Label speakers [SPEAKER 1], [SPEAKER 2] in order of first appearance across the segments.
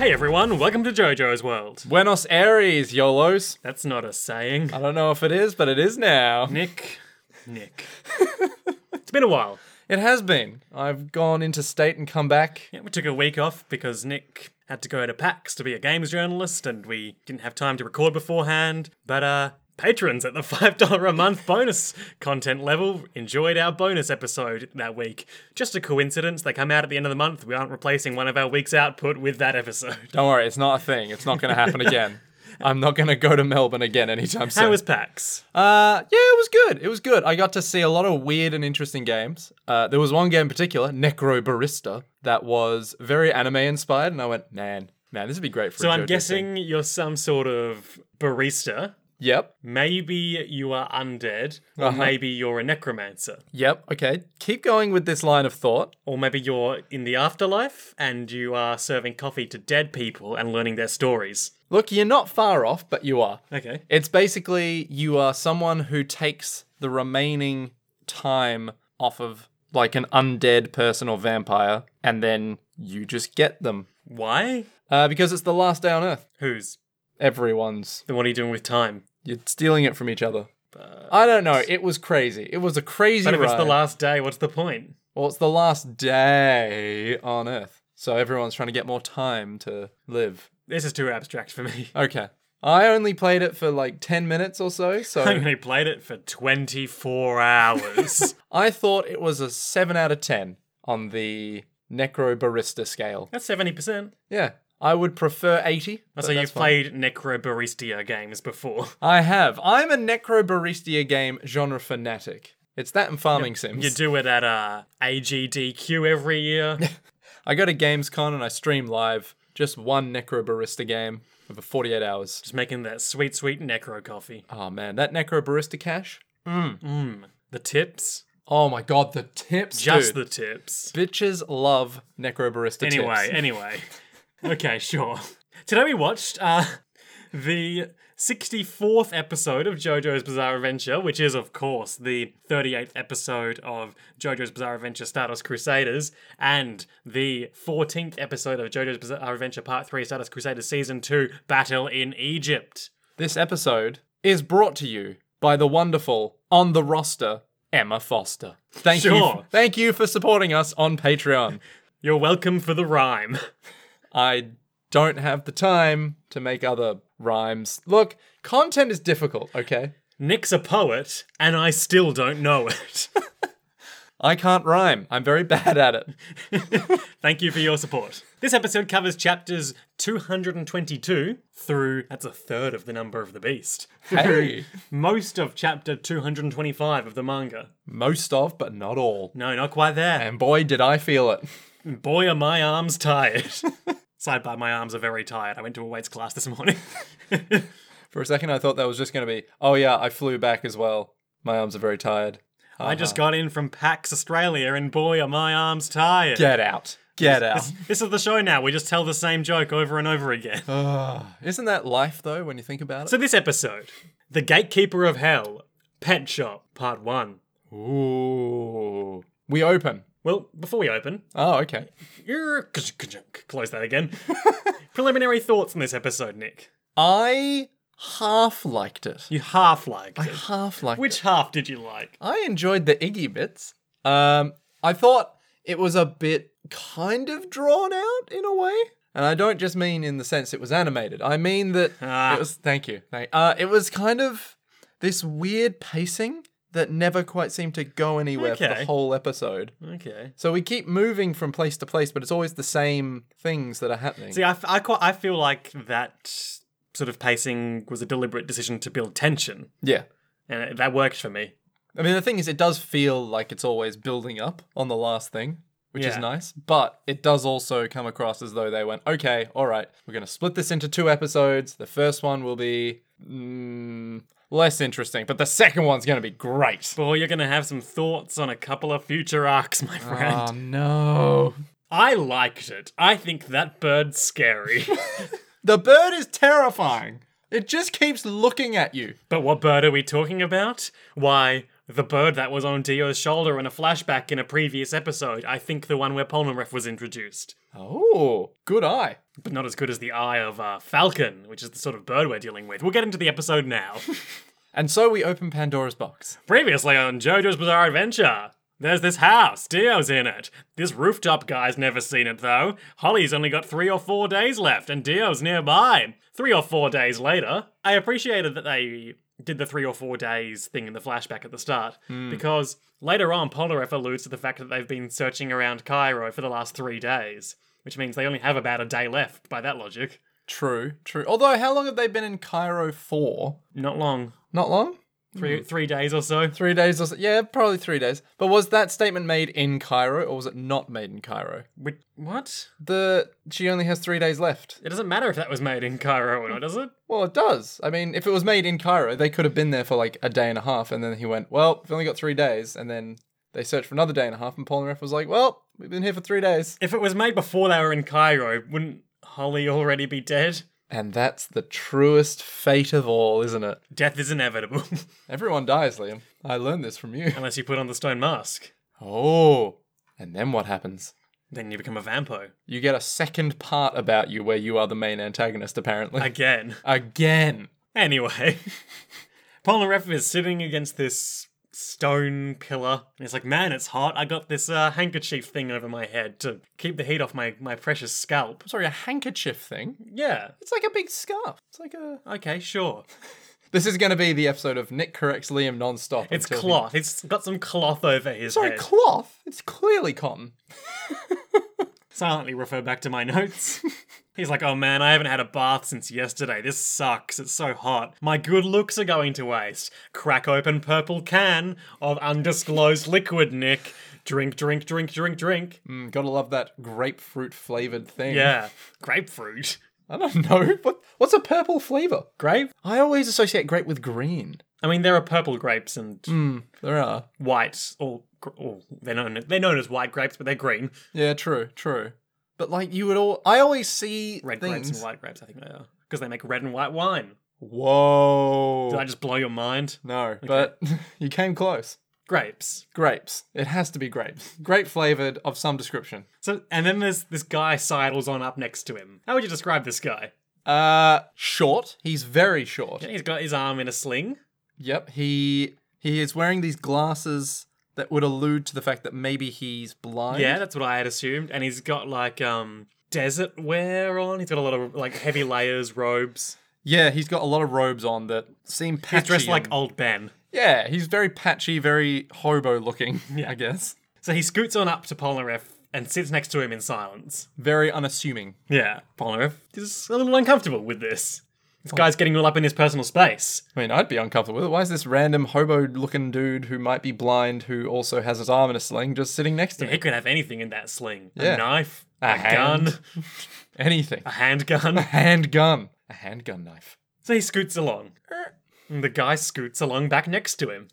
[SPEAKER 1] everyone. Welcome to JoJo's World.
[SPEAKER 2] Buenos Aires, YOLOs.
[SPEAKER 1] That's not a saying.
[SPEAKER 2] I don't know if it is, but it is now.
[SPEAKER 1] Nick, Nick. it's been a while.
[SPEAKER 2] It has been. I've gone interstate and come back.
[SPEAKER 1] Yeah, we took a week off because Nick had to go to PAX to be a games journalist and we didn't have time to record beforehand. But, uh, patrons at the $5 a month bonus content level enjoyed our bonus episode that week. Just a coincidence, they come out at the end of the month. We aren't replacing one of our week's output with that episode.
[SPEAKER 2] Don't worry, it's not a thing. It's not going to happen again. I'm not going to go to Melbourne again anytime soon.
[SPEAKER 1] How was PAX?
[SPEAKER 2] Uh, yeah, it was good. It was good. I got to see a lot of weird and interesting games. Uh, there was one game in particular, Necro Barista, that was very anime inspired, and I went, man, man, this would be great for.
[SPEAKER 1] So
[SPEAKER 2] a
[SPEAKER 1] I'm
[SPEAKER 2] JoJo thing."
[SPEAKER 1] guessing you're some sort of barista.
[SPEAKER 2] Yep.
[SPEAKER 1] Maybe you are undead, or
[SPEAKER 2] Uh-huh.
[SPEAKER 1] maybe you're a necromancer,
[SPEAKER 2] Yep. Okay. Keep going with this line of thought.
[SPEAKER 1] or maybe you're in the afterlife and you are serving coffee to dead people and learning their stories.
[SPEAKER 2] Look, you're not far off, but you are.
[SPEAKER 1] Okay.
[SPEAKER 2] It's basically you are someone who takes the remaining time off of like an undead person or vampire, and then you just get them.
[SPEAKER 1] Why?
[SPEAKER 2] Uh, because it's the last day on Earth.
[SPEAKER 1] Whose?
[SPEAKER 2] Everyone's.
[SPEAKER 1] Then what are you doing with time?
[SPEAKER 2] You're stealing it from each other. I don't know. It was crazy. It was a crazy
[SPEAKER 1] But if it's
[SPEAKER 2] ride.
[SPEAKER 1] the last day, what's the point?
[SPEAKER 2] well, it's the last day on Earth. So everyone's trying to get more time to live.
[SPEAKER 1] This is too abstract for me.
[SPEAKER 2] Okay. I only played it for like 10 minutes or so,
[SPEAKER 1] I
[SPEAKER 2] so
[SPEAKER 1] only played it for 24 hours.
[SPEAKER 2] I thought it was a 7 out of 10 on the Necro Barista scale.
[SPEAKER 1] That's 70%.
[SPEAKER 2] Yeah. I would prefer 80. but
[SPEAKER 1] So you've
[SPEAKER 2] that's fine.
[SPEAKER 1] played Necrobaristia games before.
[SPEAKER 2] I have. I'm a Necro Barista game genre fanatic. It's that and farming sims.
[SPEAKER 1] You do it at uh, AGDQ every year.
[SPEAKER 2] I go to GamesCon and I stream live just one Necro Barista game over 48 hours.
[SPEAKER 1] Just making that sweet, sweet necro coffee.
[SPEAKER 2] Oh man, that Necro Barista cash.
[SPEAKER 1] The tips?
[SPEAKER 2] Oh my god, the tips,
[SPEAKER 1] Just
[SPEAKER 2] dude.
[SPEAKER 1] the tips.
[SPEAKER 2] Bitches love Necro Barista
[SPEAKER 1] Anyway,
[SPEAKER 2] tips.
[SPEAKER 1] anyway. okay, sure. Today we watched uh, the 64th episode of JoJo's Bizarre Adventure, which is, of course, the 38th episode of JoJo's Bizarre Adventure Stardust Crusaders, and the 14th episode of JoJo's Bizarre Adventure Part 3 Stardust Crusaders Season 2 Battle in Egypt.
[SPEAKER 2] This episode is brought to you by the wonderful on the roster Emma Foster. Thank you.
[SPEAKER 1] Sure.
[SPEAKER 2] Thank you for supporting us on Patreon.
[SPEAKER 1] You're welcome for the rhyme.
[SPEAKER 2] I don't have the time to make other rhymes. Look, content is difficult, okay?
[SPEAKER 1] Nick's a poet, and I still don't know it.
[SPEAKER 2] I can't rhyme. I'm very bad at it.
[SPEAKER 1] Thank you for your support. This episode covers chapters 222 through, that's a third of the number of the beast,
[SPEAKER 2] Hey.
[SPEAKER 1] most of chapter 225 of the manga.
[SPEAKER 2] Most of, but not all.
[SPEAKER 1] No, not quite there.
[SPEAKER 2] And boy, did I feel it.
[SPEAKER 1] Boy, are my arms tired. Sidebar, my arms are very tired. I went to a weights class this morning.
[SPEAKER 2] For a second, I thought that was just going to be, oh yeah, I flew back as well. My arms are very tired.
[SPEAKER 1] I just got in from PAX Australia, and boy, are my arms tired.
[SPEAKER 2] Get out. Get out.
[SPEAKER 1] This is the show now. We just tell the same joke over and over again.
[SPEAKER 2] Isn't that life, though, when you think about
[SPEAKER 1] So, this episode The Gatekeeper of Hell, Pet Shop, Part 1.
[SPEAKER 2] it? Ooh. We open.
[SPEAKER 1] Well, before we open,
[SPEAKER 2] Oh, okay.
[SPEAKER 1] er, close that again. Preliminary thoughts on this episode, Nick.
[SPEAKER 2] I half liked it.
[SPEAKER 1] You half liked it.
[SPEAKER 2] Half liked
[SPEAKER 1] Which half did you like?
[SPEAKER 2] I enjoyed the Iggy bits. Um, I thought it was a bit kind of drawn out in a way, and I don't just mean in the sense it was animated. I mean that
[SPEAKER 1] Ah.
[SPEAKER 2] it was. Thank you. Thank, uh, it was kind of this weird pacing that never quite seemed to go anywhere for
[SPEAKER 1] Okay.
[SPEAKER 2] the whole episode.
[SPEAKER 1] Okay.
[SPEAKER 2] So we keep moving from place to place, but it's always the same things that are happening.
[SPEAKER 1] See, I, f- I quite, I feel like that sort of pacing was a deliberate decision to build tension,
[SPEAKER 2] yeah.
[SPEAKER 1] and it- that worked for me.
[SPEAKER 2] I mean, the thing is, it does feel like it's always building up on the last thing, which is
[SPEAKER 1] Yeah.
[SPEAKER 2] nice. But it does also come across as though they went, okay, all right, we're going to split this into two episodes. The first one will be mm, less interesting, but the second one's going to be great.
[SPEAKER 1] Boy, you're going to have some thoughts on a couple of future arcs, my friend.
[SPEAKER 2] Oh, no.
[SPEAKER 1] I liked it. I think that bird's scary.
[SPEAKER 2] The bird is terrifying. It just keeps looking at you.
[SPEAKER 1] But what bird are we talking about? Why, the bird that was on Dio's shoulder in a flashback in a previous episode. I think the one where Polnareff was introduced,
[SPEAKER 2] Oh, good eye.
[SPEAKER 1] but not as good as the eye of uh, Falcon, which is the sort of bird we're dealing with. We'll get into the episode now.
[SPEAKER 2] And so we open Pandora's box.
[SPEAKER 1] Previously on JoJo's Bizarre Adventure. There's this house. Dio's in it. This rooftop guy's never seen it though. Holly's only got three or four days left, and Dio's nearby. Three or four days later, I appreciated that they did the three or four days thing in the flashback at the start because later on, Polnareff alludes to the fact that they've been searching around Cairo for the last three days, which means they only have about a day left by that logic.
[SPEAKER 2] True, true. Although, how long have they been in Cairo for?
[SPEAKER 1] Not long.
[SPEAKER 2] Not long.
[SPEAKER 1] Three three days or so.
[SPEAKER 2] Three days or so. Yeah, probably three days. But was that statement made in Cairo or was it not made in Cairo?
[SPEAKER 1] Wait, what?
[SPEAKER 2] The she only has three days left.
[SPEAKER 1] It doesn't matter if that was made in Cairo or not, does it?
[SPEAKER 2] Well, it does. I mean, if it was made in Cairo, they could have been there for like a day and a half, and then he went, "Well, we've only got three days," and then they searched for another day and a half, and Polnareff was like, "Well, we've been here for three days,"
[SPEAKER 1] If it was made before they were in Cairo, wouldn't Holly already be dead?
[SPEAKER 2] and that's the truest fate of all, isn't it?
[SPEAKER 1] Death is inevitable.
[SPEAKER 2] Everyone dies, Liam. I learned this from you.
[SPEAKER 1] Unless you put on the stone mask.
[SPEAKER 2] Oh, and then what happens?
[SPEAKER 1] Then you become a vampo.
[SPEAKER 2] You get a second part about you where you are the main antagonist, apparently.
[SPEAKER 1] Again.
[SPEAKER 2] Again.
[SPEAKER 1] Anyway. Polnareff is sitting against this stone pillar. And he's like, man, it's hot. I got this uh, handkerchief thing over my head to keep the heat off my, my precious scalp.
[SPEAKER 2] Sorry, a handkerchief thing.
[SPEAKER 1] Yeah.
[SPEAKER 2] It's like a big scarf. It's like a.
[SPEAKER 1] Okay, sure.
[SPEAKER 2] This is going to be the episode of Nick corrects Liam nonstop.
[SPEAKER 1] It's
[SPEAKER 2] until he-
[SPEAKER 1] cloth. It's got some cloth over his
[SPEAKER 2] Sorry,
[SPEAKER 1] head.
[SPEAKER 2] cloth. It's clearly cotton.
[SPEAKER 1] silently refer back to my notes. He's like, oh man, I haven't had a bath since yesterday. This sucks. It's so hot. My good looks are going to waste. Crack open purple can of undisclosed liquid, Nick. Drink, drink, drink, drink, drink.
[SPEAKER 2] Mm, gotta love that grapefruit flavored thing.
[SPEAKER 1] Yeah. Grapefruit.
[SPEAKER 2] I don't know. What, what's a purple flavor?
[SPEAKER 1] Grape?
[SPEAKER 2] I always associate grape with green.
[SPEAKER 1] I mean, there are purple grapes and
[SPEAKER 2] Mm. There are.
[SPEAKER 1] white, or, gr- or they're known they're known as white grapes, but they're green.
[SPEAKER 2] Yeah, true, true. But like you would all, I always see
[SPEAKER 1] Red grapes and
[SPEAKER 2] things.
[SPEAKER 1] white grapes, I think they are, because they make red and white wine.
[SPEAKER 2] Whoa.
[SPEAKER 1] Did I just blow your mind?
[SPEAKER 2] No, but you came close.
[SPEAKER 1] Grapes.
[SPEAKER 2] Grapes. It has to be grapes. Grape flavored of some description.
[SPEAKER 1] So, and then there's this guy sidles on up next to him. How would you describe this guy?
[SPEAKER 2] Uh, short. He's very short.
[SPEAKER 1] He's got his arm in a sling.
[SPEAKER 2] Yep. He he is wearing these glasses that would allude to the fact that maybe he's blind.
[SPEAKER 1] Yeah, that's what I had assumed. And he's got like um desert wear on. He's got a lot of like heavy layers, robes.
[SPEAKER 2] Yeah. He's got a lot of robes on that seem patchy.
[SPEAKER 1] He's dressed like
[SPEAKER 2] and-
[SPEAKER 1] old Ben.
[SPEAKER 2] yeah. He's very patchy, very hobo looking. I guess.
[SPEAKER 1] So he scoots on up to Polnareff and sits next to him in silence.
[SPEAKER 2] Very unassuming.
[SPEAKER 1] Yeah, Polnareff is a little uncomfortable with this. This guy's getting all up in his personal space.
[SPEAKER 2] I mean, I'd be uncomfortable with it. Why is this random hobo looking dude who might be blind, who also has his arm in a sling, just sitting next to me?
[SPEAKER 1] He could have anything in that sling.
[SPEAKER 2] Yeah.
[SPEAKER 1] A knife,
[SPEAKER 2] A
[SPEAKER 1] a, gun,
[SPEAKER 2] hand. Anything.
[SPEAKER 1] a handgun.
[SPEAKER 2] handgun. A handgun knife.
[SPEAKER 1] So he scoots along. And the guy scoots along back next to him.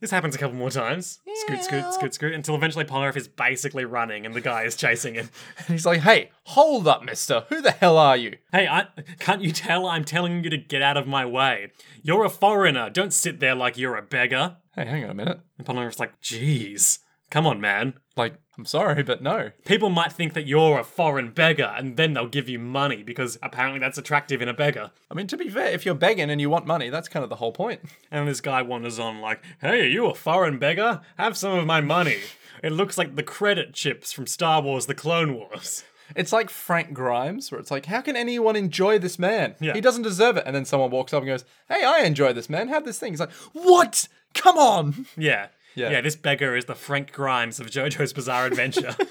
[SPEAKER 1] This happens a couple more times. Scoot, scoot, scoot, scoot, until eventually Polnareff is basically running and the guy is chasing him.
[SPEAKER 2] And he's like, hey, hold up, mister. Who the hell are you?
[SPEAKER 1] Hey, I, can't you tell I'm telling you to get out of my way? You're a foreigner. Don't sit there like you're a beggar.
[SPEAKER 2] Hey, hang on a minute.
[SPEAKER 1] And Polnareff's like, jeez, come on, man.
[SPEAKER 2] Like, I'm sorry, but no.
[SPEAKER 1] People might think that you're a foreign beggar and then they'll give you money because apparently that's attractive in a beggar.
[SPEAKER 2] I mean, to be fair, if you're begging and you want money, that's kind of the whole point.
[SPEAKER 1] And this guy wanders on, like, hey, are you a foreign beggar? Have some of my money. It looks like the credit chips from Star Wars The Clone Wars.
[SPEAKER 2] It's like Frank Grimes, where it's like, how can anyone enjoy this man?
[SPEAKER 1] Yeah.
[SPEAKER 2] He doesn't deserve it. And then someone walks up and goes, hey, I enjoy this man. Have this thing. He's like, what? Come on.
[SPEAKER 1] Yeah.
[SPEAKER 2] Yeah.
[SPEAKER 1] this beggar is the Frank Grimes of JoJo's Bizarre Adventure.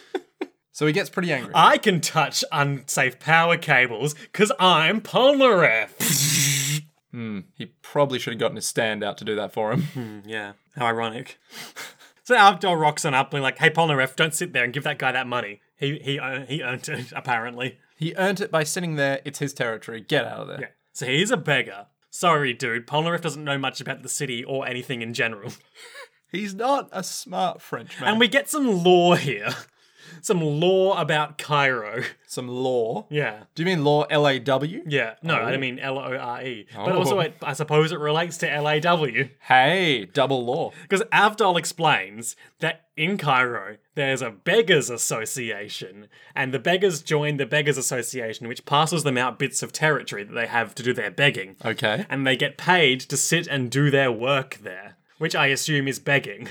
[SPEAKER 2] So he gets pretty angry.
[SPEAKER 1] I can touch unsafe power cables because I'm Polnareff.
[SPEAKER 2] He probably should have gotten his stand out to do that for him.
[SPEAKER 1] yeah, how ironic. so Abdul rocks on up and like, hey, Polnareff, don't sit there and give that guy that money. He, he, ear- he earned it, apparently.
[SPEAKER 2] he earned it by sitting there. It's his territory. Get out of there.
[SPEAKER 1] Yeah. So he's a beggar. Sorry, dude. Polnareff doesn't know much about the city or anything in general.
[SPEAKER 2] He's not a smart Frenchman.
[SPEAKER 1] And we get some lore here. some lore about Cairo.
[SPEAKER 2] Some law.
[SPEAKER 1] Yeah.
[SPEAKER 2] Do you mean law? L A W?
[SPEAKER 1] Yeah, no, I mean L O R E. But
[SPEAKER 2] Oh.
[SPEAKER 1] also, it, I suppose it relates to L A W.
[SPEAKER 2] Hey, double law.
[SPEAKER 1] Because Avdol explains that in Cairo, there's a beggars association, and the beggars join the beggars association, which parcels them out bits of territory that they have to do their begging.
[SPEAKER 2] Okay.
[SPEAKER 1] And they get paid to sit and do their work there, which I assume is begging.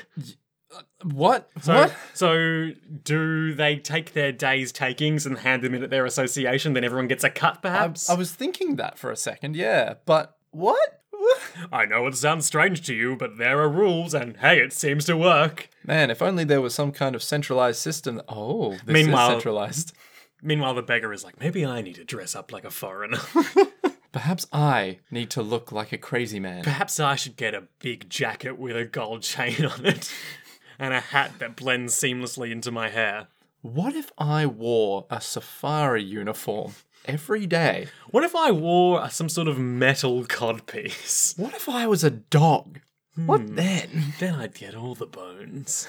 [SPEAKER 2] What?
[SPEAKER 1] So,
[SPEAKER 2] what?
[SPEAKER 1] so do they take their day's takings and hand them in at their association? Then everyone gets a cut, perhaps?
[SPEAKER 2] I was thinking that for a second, yeah. But what?
[SPEAKER 1] I know it sounds strange to you, but there are rules, and hey, it seems to work.
[SPEAKER 2] Man, if only there was some kind of centralized system. that- Oh, this
[SPEAKER 1] Meanwhile-
[SPEAKER 2] is centralized.
[SPEAKER 1] Meanwhile, the beggar is like, maybe I need to dress up like a foreigner.
[SPEAKER 2] Perhaps I need to look like a crazy man.
[SPEAKER 1] Perhaps I should get a big jacket with a gold chain on it and a hat that blends seamlessly into my hair.
[SPEAKER 2] What if I wore a safari uniform every day?
[SPEAKER 1] What if I wore some sort of metal codpiece?
[SPEAKER 2] What if I was a dog?
[SPEAKER 1] Hmm.
[SPEAKER 2] What then?
[SPEAKER 1] Then I'd get all the bones.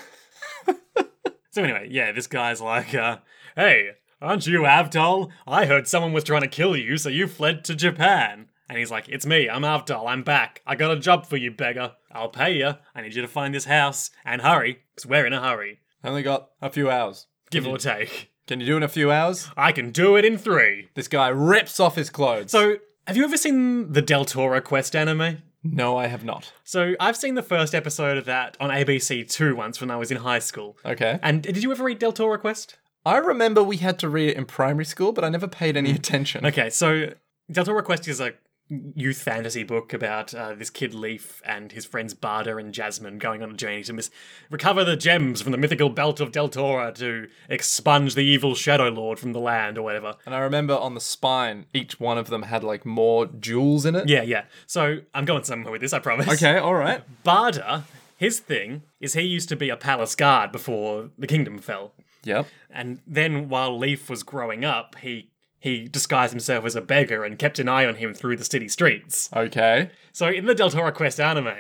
[SPEAKER 1] so, anyway, yeah, this guy's like, uh, hey, aren't you Avdol? I heard someone was trying to kill you, so you fled to Japan. And he's like, it's me, I'm Avdol, I'm back. I got a job for you, beggar. I'll pay you. I need you to find this house and hurry, because we're in a hurry.
[SPEAKER 2] I only got a few hours.
[SPEAKER 1] Give or take.
[SPEAKER 2] Can you do it in a few hours?
[SPEAKER 1] I can do it in three.
[SPEAKER 2] This guy rips off his clothes.
[SPEAKER 1] So, have you ever seen the Del Toro Quest anime?
[SPEAKER 2] no, I have not.
[SPEAKER 1] So, I've seen the first episode of that on ABC2 once when I was in high school.
[SPEAKER 2] Okay.
[SPEAKER 1] And did you ever read Del Toro Quest?
[SPEAKER 2] I remember we had to read it in primary school, but I never paid any attention.
[SPEAKER 1] Hmm. Okay, so Del Toro Quest is a youth fantasy book about uh, this kid Leaf and his friends Barda and Jasmine going on a journey to mis- recover the gems from the mythical belt of Del Toro to expunge the evil Shadow Lord from the land or whatever.
[SPEAKER 2] And I remember on the spine, each one of them had like more jewels in it.
[SPEAKER 1] Yeah, yeah. So, I'm going somewhere with this, I promise.
[SPEAKER 2] Okay, all right.
[SPEAKER 1] Barda, his thing is he used to be a palace guard before the kingdom fell.
[SPEAKER 2] Yep.
[SPEAKER 1] And then while Leaf was growing up, he he disguised himself as a beggar and kept an eye on him through the city streets.
[SPEAKER 2] Okay.
[SPEAKER 1] So in the Del Toro Quest anime,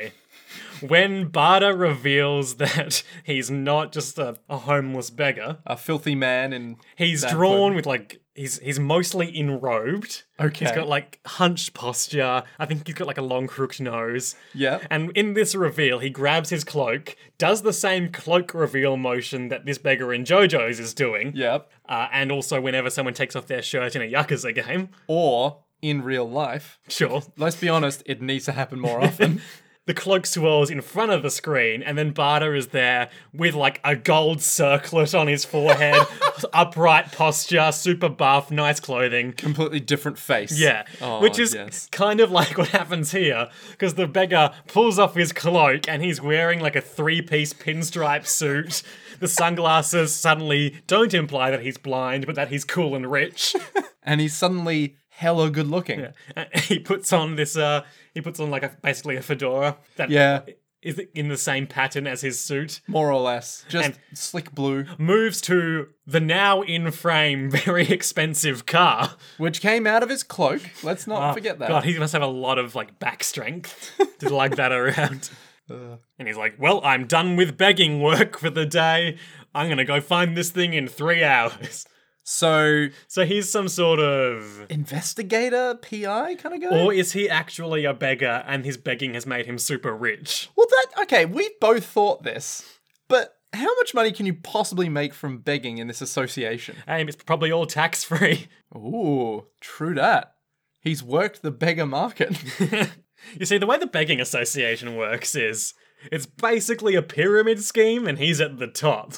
[SPEAKER 1] when Barda reveals that he's not just a, a homeless beggar,
[SPEAKER 2] A filthy man in.
[SPEAKER 1] he's
[SPEAKER 2] That
[SPEAKER 1] drawn with like he's he's mostly enrobed.
[SPEAKER 2] Okay.
[SPEAKER 1] He's got like hunched posture. I think he's got like a long crooked nose.
[SPEAKER 2] Yep.
[SPEAKER 1] And in this reveal, he grabs his cloak, does the same cloak reveal motion that this beggar in JoJo's is doing,
[SPEAKER 2] Yep.
[SPEAKER 1] uh, and also whenever someone takes off their shirt in a Yakuza game.
[SPEAKER 2] Or in real life.
[SPEAKER 1] Sure.
[SPEAKER 2] Let's be honest, it needs to happen more often.
[SPEAKER 1] The cloak swirls in front of the screen, and then Barda is there with like a gold circlet on his forehead, upright posture, super buff, nice clothing.
[SPEAKER 2] Completely different face.
[SPEAKER 1] Yeah,
[SPEAKER 2] Oh,
[SPEAKER 1] which is
[SPEAKER 2] yes.
[SPEAKER 1] kind of like what happens here, because the beggar pulls off his cloak and he's wearing like a three piece pinstripe suit. The sunglasses suddenly don't imply that he's blind, but that he's cool and rich.
[SPEAKER 2] And he's suddenly hella good looking. Yeah.
[SPEAKER 1] And he puts on this, uh, he puts on like a basically a fedora that is in the same pattern as his suit.
[SPEAKER 2] more or less. Just
[SPEAKER 1] And-
[SPEAKER 2] slick blue.
[SPEAKER 1] Moves to the now in frame, very expensive car.
[SPEAKER 2] Which came out of his cloak. Let's not forget that.
[SPEAKER 1] Ah, God, he must have a lot of like back strength to lug that around. And he's like, "Well, I'm done with begging work for the day. I'm gonna go find this thing in three hours."
[SPEAKER 2] So,
[SPEAKER 1] So he's some sort of,
[SPEAKER 2] investigator, PI kind of guy?
[SPEAKER 1] or is he actually a beggar and his begging has made him super rich?
[SPEAKER 2] Well, that okay. We both thought this, but how much money can you possibly make from begging in this association?
[SPEAKER 1] And it's probably all tax free.
[SPEAKER 2] Ooh, true that. He's worked the beggar market.
[SPEAKER 1] You see, the way the begging association works is it's basically a pyramid scheme, and he's at the top.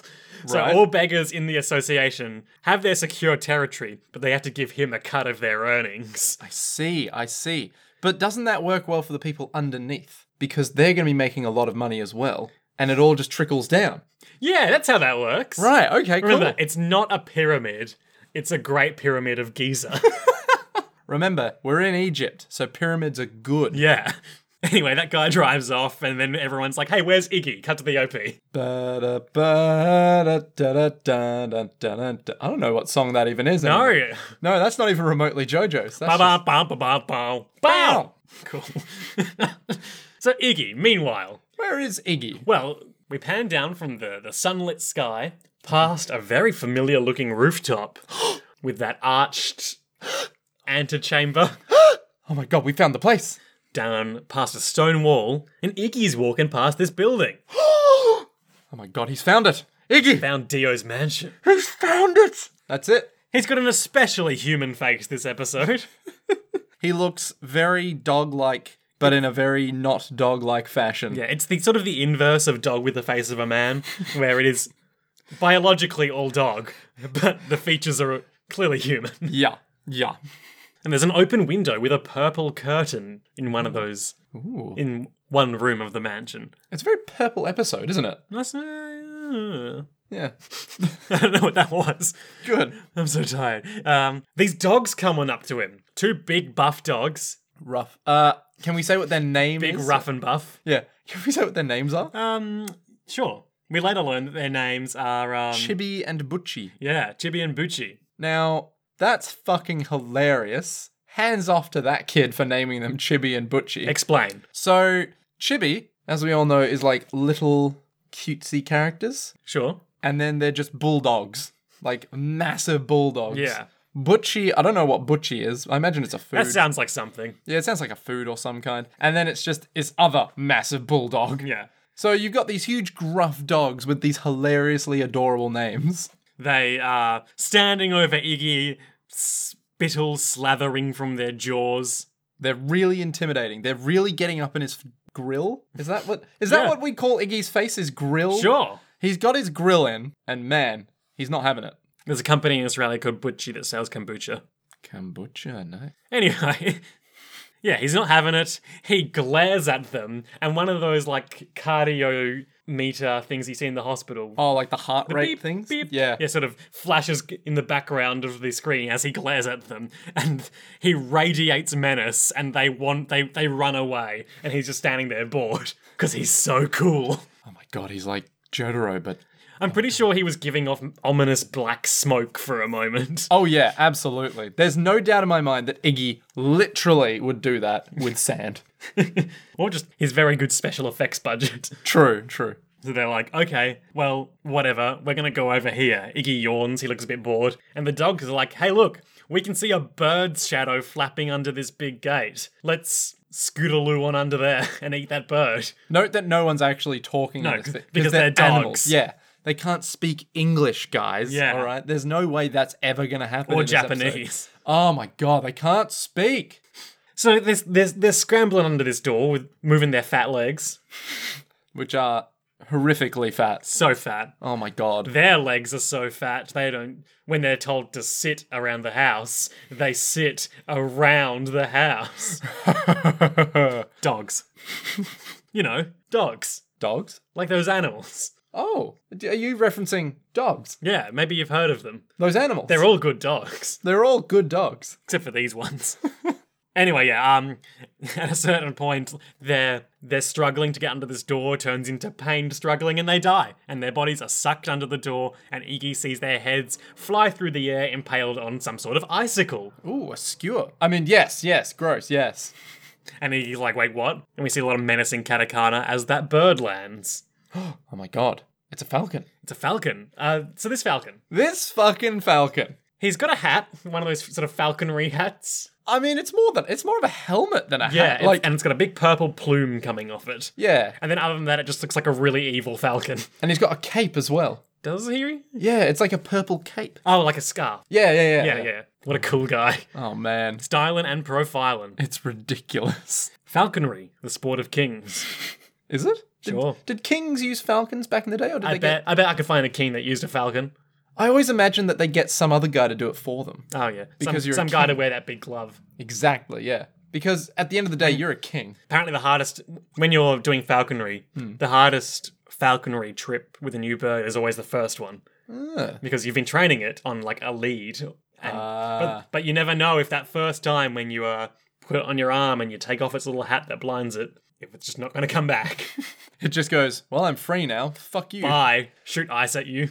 [SPEAKER 1] So
[SPEAKER 2] Right.
[SPEAKER 1] all beggars in the association have their secure territory, but they have to give him a cut of their earnings.
[SPEAKER 2] I see, I see. But doesn't that work well for the people underneath? Because they're going to be making a lot of money as well, and it all just trickles down.
[SPEAKER 1] Yeah, that's how that works.
[SPEAKER 2] Right. Okay. Cool.
[SPEAKER 1] Remember, it's not a pyramid. It's a great pyramid of Giza.
[SPEAKER 2] Remember, we're in Egypt, so pyramids are good.
[SPEAKER 1] yeah. Anyway, that guy drives off, and then everyone's like, hey, where's Iggy? Cut to the OP.
[SPEAKER 2] Ba-da-ba-da-da-da-da-da-da-da. I don't know what song that even is.
[SPEAKER 1] No.
[SPEAKER 2] anymore. No, that's not even remotely JoJo's. That's
[SPEAKER 1] Ba
[SPEAKER 2] just-
[SPEAKER 1] ba ba ba ba bow.
[SPEAKER 2] Bow.
[SPEAKER 1] Cool. so Iggy, meanwhile,
[SPEAKER 2] Where is Iggy?
[SPEAKER 1] well, We pan down from the, the sunlit sky past a very familiar looking rooftop with that arched antechamber
[SPEAKER 2] Oh my god, we found the place.
[SPEAKER 1] down past a stone wall, and Iggy's walking past this building.
[SPEAKER 2] oh my god, he's found it. Iggy,
[SPEAKER 1] Found Dio's mansion.
[SPEAKER 2] he's found it. That's it.
[SPEAKER 1] He's got an especially human face this episode.
[SPEAKER 2] He looks very dog like, but in a very not dog like fashion.
[SPEAKER 1] Yeah, it's the sort of the inverse of dog with the face of a man, where it is biologically all dog, but the features are clearly human.
[SPEAKER 2] Yeah. Yeah.
[SPEAKER 1] And there's an open window with a purple curtain in one of those
[SPEAKER 2] Ooh.
[SPEAKER 1] in one room of the mansion.
[SPEAKER 2] It's a very purple episode, isn't it?
[SPEAKER 1] That's, uh,
[SPEAKER 2] Yeah.
[SPEAKER 1] I don't know what that was.
[SPEAKER 2] Good.
[SPEAKER 1] I'm so tired. Um, these dogs come on up to him. Two big buff dogs,
[SPEAKER 2] Rough. Uh, can we say what their name
[SPEAKER 1] big
[SPEAKER 2] is?
[SPEAKER 1] rough and buff.
[SPEAKER 2] Yeah. Can we say what their names are?
[SPEAKER 1] Um, sure. We later learn that their names are um,
[SPEAKER 2] Chibi and Butchie.
[SPEAKER 1] yeah, Chibi and Bucci.
[SPEAKER 2] Now, that's fucking hilarious. Hands off to that kid for naming them Chibi and Butchie.
[SPEAKER 1] Explain.
[SPEAKER 2] so, Chibi, as we all know, is like little cutesy characters,
[SPEAKER 1] Sure.
[SPEAKER 2] and then they're just bulldogs, like massive bulldogs.
[SPEAKER 1] Yeah.
[SPEAKER 2] Butchie, I don't know what Butchie is. I imagine it's a food.
[SPEAKER 1] That sounds like something.
[SPEAKER 2] yeah, it sounds like a food or some kind. And then it's just this other massive bulldog.
[SPEAKER 1] Yeah.
[SPEAKER 2] So you've got these huge gruff dogs with these hilariously adorable names.
[SPEAKER 1] They are standing over Iggy, spittle slathering from their jaws.
[SPEAKER 2] They're really intimidating. They're really getting up in his f- grill. Is that what is that
[SPEAKER 1] Yeah.
[SPEAKER 2] what we call Iggy's face? His grill?
[SPEAKER 1] Sure.
[SPEAKER 2] He's got his grill in, and man, he's not having it.
[SPEAKER 1] There's a company in Australia called Butchie that sells kombucha.
[SPEAKER 2] Kombucha, no.
[SPEAKER 1] Anyway, yeah, he's not having it. He glares at them, and one of those like cardio meter things you see in the hospital.
[SPEAKER 2] Oh, like the heart rate
[SPEAKER 1] beep,
[SPEAKER 2] things?
[SPEAKER 1] beep,
[SPEAKER 2] Yeah.
[SPEAKER 1] yeah, sort of flashes in the background of the screen as he glares at them, and he radiates menace, and they want they they run away, and he's just standing there bored because he's so cool.
[SPEAKER 2] Oh my god, he's like Jotaro, but
[SPEAKER 1] I'm pretty sure he was giving off ominous black smoke for a moment.
[SPEAKER 2] Oh yeah, absolutely. There's no doubt in my mind that Iggy literally would do that with sand.
[SPEAKER 1] or just his very good special effects budget.
[SPEAKER 2] True, true.
[SPEAKER 1] So they're like, okay, well, whatever, we're gonna go over here. Iggy yawns, he looks a bit bored, and the dogs are like, hey, look, we can see a bird's shadow flapping under this big gate. Let's scootaloo on under there and eat that bird.
[SPEAKER 2] Note that no one's actually talking.
[SPEAKER 1] No,
[SPEAKER 2] in this
[SPEAKER 1] 'cause-
[SPEAKER 2] thing,
[SPEAKER 1] because they're dogs.
[SPEAKER 2] Yeah, they can't speak English, guys.
[SPEAKER 1] Yeah.
[SPEAKER 2] all right. There's no way that's ever gonna happen.
[SPEAKER 1] Or
[SPEAKER 2] in this episode.
[SPEAKER 1] Japanese.
[SPEAKER 2] Oh my god, they can't speak.
[SPEAKER 1] So there's, there's, they're scrambling under this door, with moving their fat legs.
[SPEAKER 2] Which are horrifically fat.
[SPEAKER 1] So fat.
[SPEAKER 2] Oh my god.
[SPEAKER 1] Their legs are so fat, they don't. When they're told to sit around the house, they sit around the house. dogs. you know, dogs.
[SPEAKER 2] dogs?
[SPEAKER 1] Like those animals.
[SPEAKER 2] Oh, d- are you referencing dogs?
[SPEAKER 1] Yeah, maybe you've heard of them.
[SPEAKER 2] Those animals?
[SPEAKER 1] They're all good dogs,
[SPEAKER 2] they're all good dogs.
[SPEAKER 1] except for these ones. anyway, yeah, um at a certain point they're they're struggling to get under this door, turns into pained struggling, and they die. And their bodies are sucked under the door, and Iggy sees their heads fly through the air impaled on some sort of icicle.
[SPEAKER 2] Ooh, a skewer. I mean, yes, yes, gross, yes.
[SPEAKER 1] And Iggy's like, wait, what? And we see a lot of menacing katakana as that bird lands.
[SPEAKER 2] Oh my god, it's a falcon.
[SPEAKER 1] It's a falcon. Uh, so this falcon.
[SPEAKER 2] This fucking falcon.
[SPEAKER 1] He's got a hat, one of those sort of falconry hats.
[SPEAKER 2] I mean, it's more than it's more of a helmet than a
[SPEAKER 1] Yeah,
[SPEAKER 2] hat.
[SPEAKER 1] it's-
[SPEAKER 2] Like,
[SPEAKER 1] and it's got a big purple plume coming off it.
[SPEAKER 2] yeah,
[SPEAKER 1] And then other than that, it just looks like a really evil falcon.
[SPEAKER 2] and he's got a cape as well.
[SPEAKER 1] Does he?
[SPEAKER 2] Yeah, it's like a purple cape.
[SPEAKER 1] Oh, like a scarf.
[SPEAKER 2] Yeah, yeah, yeah.
[SPEAKER 1] Yeah, yeah. What a cool guy.
[SPEAKER 2] Oh man,
[SPEAKER 1] Styling and profiling.
[SPEAKER 2] it's ridiculous.
[SPEAKER 1] Falconry, the sport of kings.
[SPEAKER 2] Is it? Did-
[SPEAKER 1] Sure.
[SPEAKER 2] Did, kings use falcons back in the day, or did
[SPEAKER 1] I
[SPEAKER 2] they
[SPEAKER 1] bet
[SPEAKER 2] get?
[SPEAKER 1] I bet I could find a king that used a falcon.
[SPEAKER 2] I always imagine that they get some other guy to do it for them.
[SPEAKER 1] Oh yeah.
[SPEAKER 2] Because
[SPEAKER 1] some,
[SPEAKER 2] you're a
[SPEAKER 1] some guy to wear that big glove.
[SPEAKER 2] Exactly. Yeah. Because at the end of the day,
[SPEAKER 1] Mm.
[SPEAKER 2] you're a king.
[SPEAKER 1] apparently the hardest when you're doing falconry,
[SPEAKER 2] Hmm.
[SPEAKER 1] the hardest falconry trip with a new bird is always the first one
[SPEAKER 2] Ah.
[SPEAKER 1] because you've been training it on like a lead. And,
[SPEAKER 2] Ah.
[SPEAKER 1] but, but you never know if that first time when you uh, put it on your arm and you take off its little hat that blinds it, if it's just not going to come back.
[SPEAKER 2] It just goes. Well, I'm free now. Fuck you.
[SPEAKER 1] I shoot ice at you.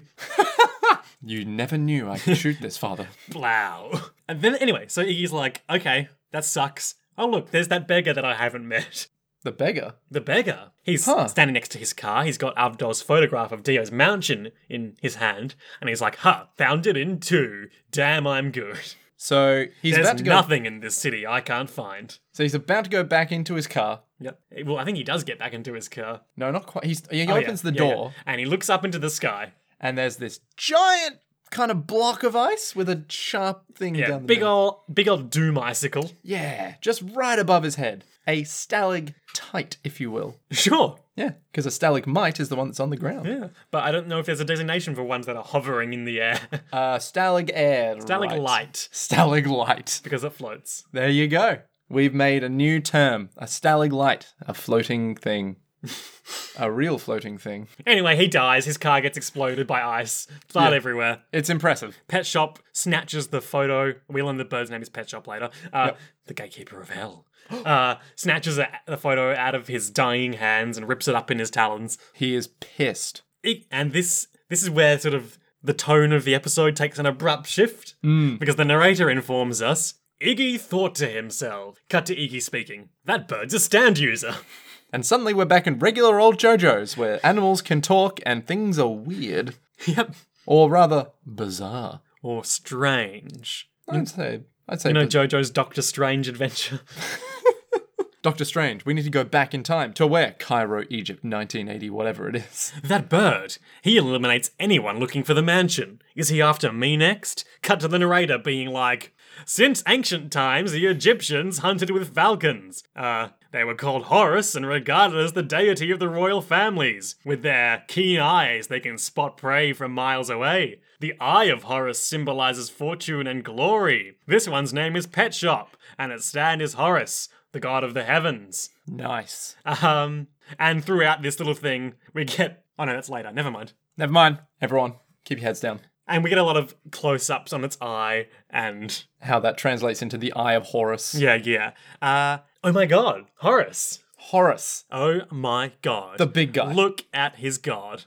[SPEAKER 2] You never knew I could shoot this, father.
[SPEAKER 1] Blow. And then anyway, so Iggy's like, okay, that sucks. Oh look, there's that beggar that I haven't met.
[SPEAKER 2] The beggar.
[SPEAKER 1] The beggar. He's
[SPEAKER 2] Huh.
[SPEAKER 1] standing next to his car. He's got Avdol's photograph of Dio's mountain in his hand, and he's like, "Ha! Found it in two. Damn, I'm good.
[SPEAKER 2] So he's about
[SPEAKER 1] There's
[SPEAKER 2] to go.
[SPEAKER 1] nothing in this city I can't find."
[SPEAKER 2] So he's about to go back into his car.
[SPEAKER 1] Yep. Well, I think he does get back into his car.
[SPEAKER 2] No, not quite. He's, he
[SPEAKER 1] Oh, yeah.
[SPEAKER 2] opens the
[SPEAKER 1] Yeah, yeah.
[SPEAKER 2] door,
[SPEAKER 1] and he looks up into the sky.
[SPEAKER 2] and there's this giant kind of block of ice with a sharp thing
[SPEAKER 1] Yeah,
[SPEAKER 2] down the
[SPEAKER 1] big
[SPEAKER 2] middle.
[SPEAKER 1] old, big old doom icicle.
[SPEAKER 2] Yeah, just right above his head. A stalactite, if you will.
[SPEAKER 1] Sure.
[SPEAKER 2] Yeah, because a stalagmite is the one that's on the ground.
[SPEAKER 1] Yeah, but I don't know if there's a designation for ones that are hovering in the air.
[SPEAKER 2] Uh, stalag air.
[SPEAKER 1] Stalag
[SPEAKER 2] right.
[SPEAKER 1] light,
[SPEAKER 2] Stalaglite.
[SPEAKER 1] because it floats.
[SPEAKER 2] There you go. We've made a new term, a stalaglite, a floating thing. a real floating thing.
[SPEAKER 1] Anyway, he dies. His car gets exploded by ice. Blood everywhere.
[SPEAKER 2] It's impressive.
[SPEAKER 1] Pet Shop snatches the photo. We'll learn the bird's name is Pet Shop later. Uh, The gatekeeper of hell. Uh, snatches a, the photo out of his dying hands and rips it up in his talons.
[SPEAKER 2] He is pissed.
[SPEAKER 1] It- and this this is where sort of the tone of the episode takes an abrupt shift because the narrator informs us Iggy thought to himself. Cut to Iggy speaking. That bird's a stand user.
[SPEAKER 2] And suddenly we're back in regular old JoJo's where animals can talk and things are weird.
[SPEAKER 1] yep.
[SPEAKER 2] Or rather, bizarre. Mm.
[SPEAKER 1] Or strange.
[SPEAKER 2] I'd say. I'd say
[SPEAKER 1] You know JoJo's Doctor Strange adventure.
[SPEAKER 2] Doctor Strange, we need to go back in time to where? Cairo, Egypt, 1980, whatever it is.
[SPEAKER 1] That bird. He eliminates anyone looking for the mansion. Is he after me next? Cut to the narrator being like, Since ancient times, the Egyptians hunted with falcons. Uh, they were called Horus and regarded as the deity of the royal families. With their keen eyes, they can spot prey from miles away. The Eye of Horus symbolizes fortune and glory. This one's name is Pet Shop, and its stand is Horus, the god of the heavens.
[SPEAKER 2] Nice.
[SPEAKER 1] Um, and throughout this little thing, we get. Oh no, that's later. Never mind.
[SPEAKER 2] Never mind. Everyone, keep your heads down.
[SPEAKER 1] And we get a lot of close ups on its eye, and
[SPEAKER 2] How that translates into the Eye of Horus.
[SPEAKER 1] yeah, yeah. Uh, oh my god, Horus.
[SPEAKER 2] Horus,
[SPEAKER 1] Oh my god.
[SPEAKER 2] the big guy.
[SPEAKER 1] Look at his god.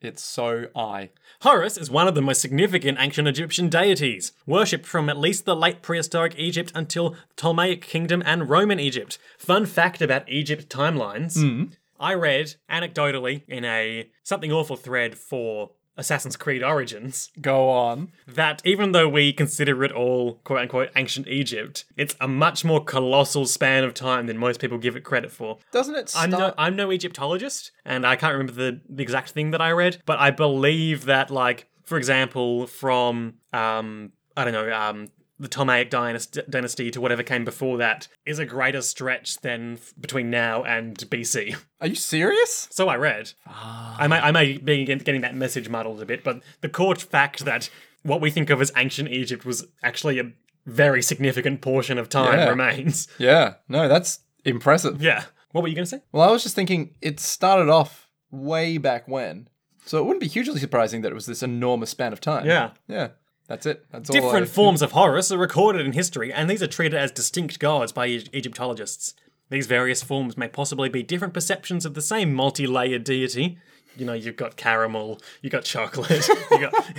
[SPEAKER 2] It's so I.
[SPEAKER 1] Horus is one of the most significant ancient Egyptian deities, worshipped from at least the late prehistoric Egypt until Ptolemaic Kingdom and Roman Egypt. Fun fact about Egypt timelines.
[SPEAKER 2] Mm-hmm.
[SPEAKER 1] I read anecdotally in a something awful thread for Assassin's Creed Origins
[SPEAKER 2] Go on.
[SPEAKER 1] that even though we consider it all quote unquote ancient Egypt, it's a much more colossal span of time than most people give it credit for.
[SPEAKER 2] Doesn't it
[SPEAKER 1] I'm
[SPEAKER 2] start?
[SPEAKER 1] no, I'm no Egyptologist, and I can't remember the, the exact thing that I read, but I believe that, like, for example, from, um, I don't know, um, the Ptolemaic dynasty, dynasty to whatever came before that is a greater stretch than f- between now and BC.
[SPEAKER 2] Are you serious?
[SPEAKER 1] So I read. I may, I may be get- getting that message muddled a bit, but the core fact that what we think of as ancient Egypt was actually a very significant portion of time
[SPEAKER 2] Yeah.
[SPEAKER 1] remains.
[SPEAKER 2] Yeah. No, that's impressive.
[SPEAKER 1] Yeah. What were you going to say?
[SPEAKER 2] Well, I was just thinking it started off way back when. So it wouldn't be hugely surprising that it was this enormous span of time.
[SPEAKER 1] Yeah.
[SPEAKER 2] Yeah. That's it. That's all.
[SPEAKER 1] Different
[SPEAKER 2] I-
[SPEAKER 1] forms of Horus are recorded in history, and these are treated as distinct gods by E- Egyptologists. These various forms may possibly be different perceptions of the same multi layered deity. You know, you've got caramel, you've got chocolate, you got.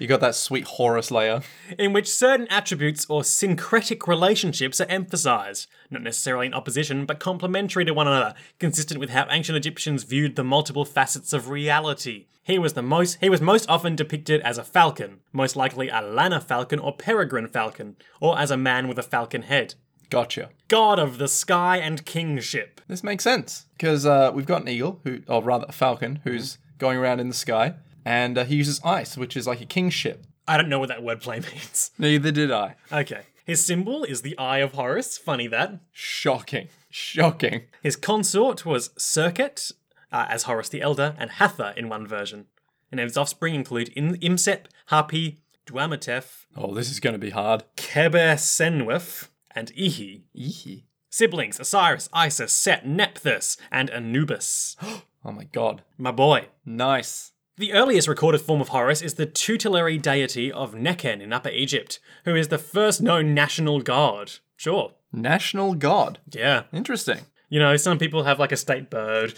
[SPEAKER 2] you got that sweet Horus layer.
[SPEAKER 1] in which certain attributes or syncretic relationships are emphasized, not necessarily in opposition, but complementary to one another, consistent with how ancient Egyptians viewed the multiple facets of reality. He was the most he was most often depicted as a falcon, most likely a lana falcon or peregrine falcon, or as a man with a falcon head.
[SPEAKER 2] Gotcha.
[SPEAKER 1] God of the sky and kingship.
[SPEAKER 2] This makes sense because uh, we've got an eagle, who, or rather a falcon, who's going around in the sky, and uh, he uses ice, which is like a king's ship.
[SPEAKER 1] I don't know what that wordplay means.
[SPEAKER 2] Neither did I.
[SPEAKER 1] Okay. His symbol is the Eye of Horus. Funny that.
[SPEAKER 2] Shocking. Shocking.
[SPEAKER 1] His consort was Circuit, uh, as Horus the Elder, and Hatha in one version. And his offspring include in- Imsep, Hapi, Dwamatef,
[SPEAKER 2] Oh, this is going to be hard.
[SPEAKER 1] Keber Senwef, and Ihi.
[SPEAKER 2] Eehee.
[SPEAKER 1] Siblings Osiris, Isis, Set, Nephthys, and Anubis.
[SPEAKER 2] Oh my god.
[SPEAKER 1] My boy.
[SPEAKER 2] Nice.
[SPEAKER 1] The earliest recorded form of Horus is the tutelary deity of Neken in Upper Egypt, who is the first known national god. Sure.
[SPEAKER 2] National god.
[SPEAKER 1] Yeah.
[SPEAKER 2] Interesting.
[SPEAKER 1] You know, some people have like a state bird.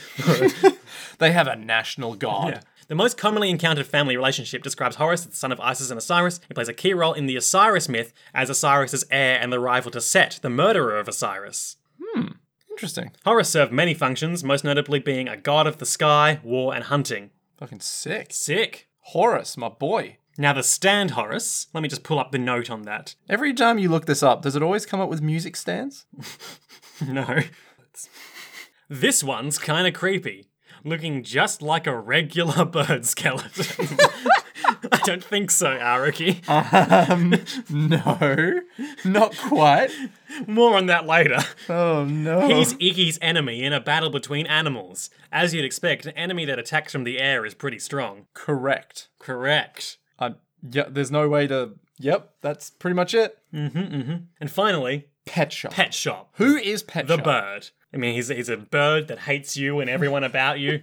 [SPEAKER 2] They have a national god.
[SPEAKER 1] Yeah. The most commonly encountered family relationship describes Horus as the son of Isis and Osiris. He plays a key role in the Osiris myth as Osiris's heir and the rival to Set, the murderer of Osiris.
[SPEAKER 2] Interesting.
[SPEAKER 1] Horus served many functions, most notably being a god of the sky, war, and hunting.
[SPEAKER 2] Fucking sick.
[SPEAKER 1] Sick.
[SPEAKER 2] Horus, my boy.
[SPEAKER 1] Now, the stand Horus, let me just pull up the note on that.
[SPEAKER 2] Every time you look this up, does it always come up with music stands?
[SPEAKER 1] No. This one's kind of creepy, looking just like a regular bird skeleton. I don't think so, Araki.
[SPEAKER 2] Um, no, not quite.
[SPEAKER 1] More on that later.
[SPEAKER 2] Oh no.
[SPEAKER 1] He's Iggy's enemy in a battle between animals. As you'd expect, an enemy that attacks from the air is pretty strong.
[SPEAKER 2] correct.
[SPEAKER 1] Correct.
[SPEAKER 2] I, yeah, there's no way to. Yep, that's pretty much it.
[SPEAKER 1] And finally,
[SPEAKER 2] Pet shop.
[SPEAKER 1] Pet Shop,
[SPEAKER 2] Who is Pet
[SPEAKER 1] the
[SPEAKER 2] shop?
[SPEAKER 1] bird. I mean, he's, he's a bird that hates you and everyone about you.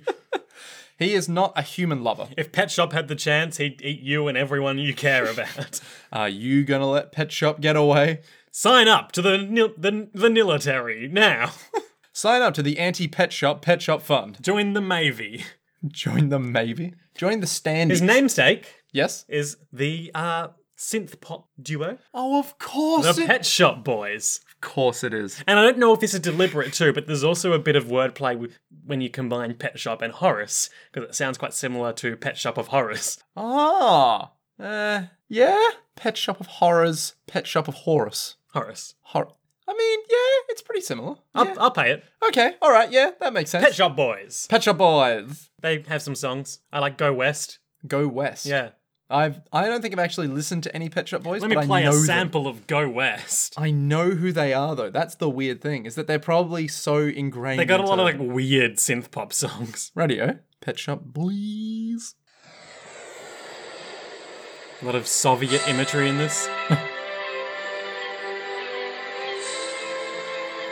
[SPEAKER 2] He is not a human lover.
[SPEAKER 1] if Pet Shop had the chance, he'd eat you and everyone you care about.
[SPEAKER 2] Are you gonna let Pet Shop get away?
[SPEAKER 1] Sign up to the nil- the the military now.
[SPEAKER 2] Sign up to the anti Pet Shop Pet Shop Fund.
[SPEAKER 1] Join the Navy.
[SPEAKER 2] Join them, maybe. Join the
[SPEAKER 1] His
[SPEAKER 2] standing.
[SPEAKER 1] namesake
[SPEAKER 2] yes.
[SPEAKER 1] is the uh, synth pop duo,
[SPEAKER 2] Oh, of course.
[SPEAKER 1] the Pet Shop Boys.
[SPEAKER 2] of course it is.
[SPEAKER 1] And I don't know if this is deliberate too, but there's also a bit of wordplay with- when you combine Pet Shop and Horace, because it sounds quite similar to Pet Shop of Horace.
[SPEAKER 2] Ah. Uh, yeah. Pet Shop of Horrors. Pet Shop of Horus.
[SPEAKER 1] Horace.
[SPEAKER 2] Hor. I mean, yeah, it's pretty similar.
[SPEAKER 1] I'll,
[SPEAKER 2] Yeah.
[SPEAKER 1] I'll pay it.
[SPEAKER 2] Okay. All right. Yeah, that makes sense.
[SPEAKER 1] Um, Pet Shop Boys.
[SPEAKER 2] Pet Shop Boys.
[SPEAKER 1] They have some songs. I like Go West.
[SPEAKER 2] Go West.
[SPEAKER 1] Yeah.
[SPEAKER 2] I've. I don't think I've actually listened to any Pet Shop Boys.
[SPEAKER 1] Let me
[SPEAKER 2] but
[SPEAKER 1] play
[SPEAKER 2] I know
[SPEAKER 1] a
[SPEAKER 2] them.
[SPEAKER 1] sample of Go West.
[SPEAKER 2] I know who they are though. That's the weird thing is that they're probably so ingrained.
[SPEAKER 1] They got a lot of
[SPEAKER 2] into-
[SPEAKER 1] like weird synth pop songs.
[SPEAKER 2] radio. Pet Shop Boys.
[SPEAKER 1] A lot of Soviet imagery in this.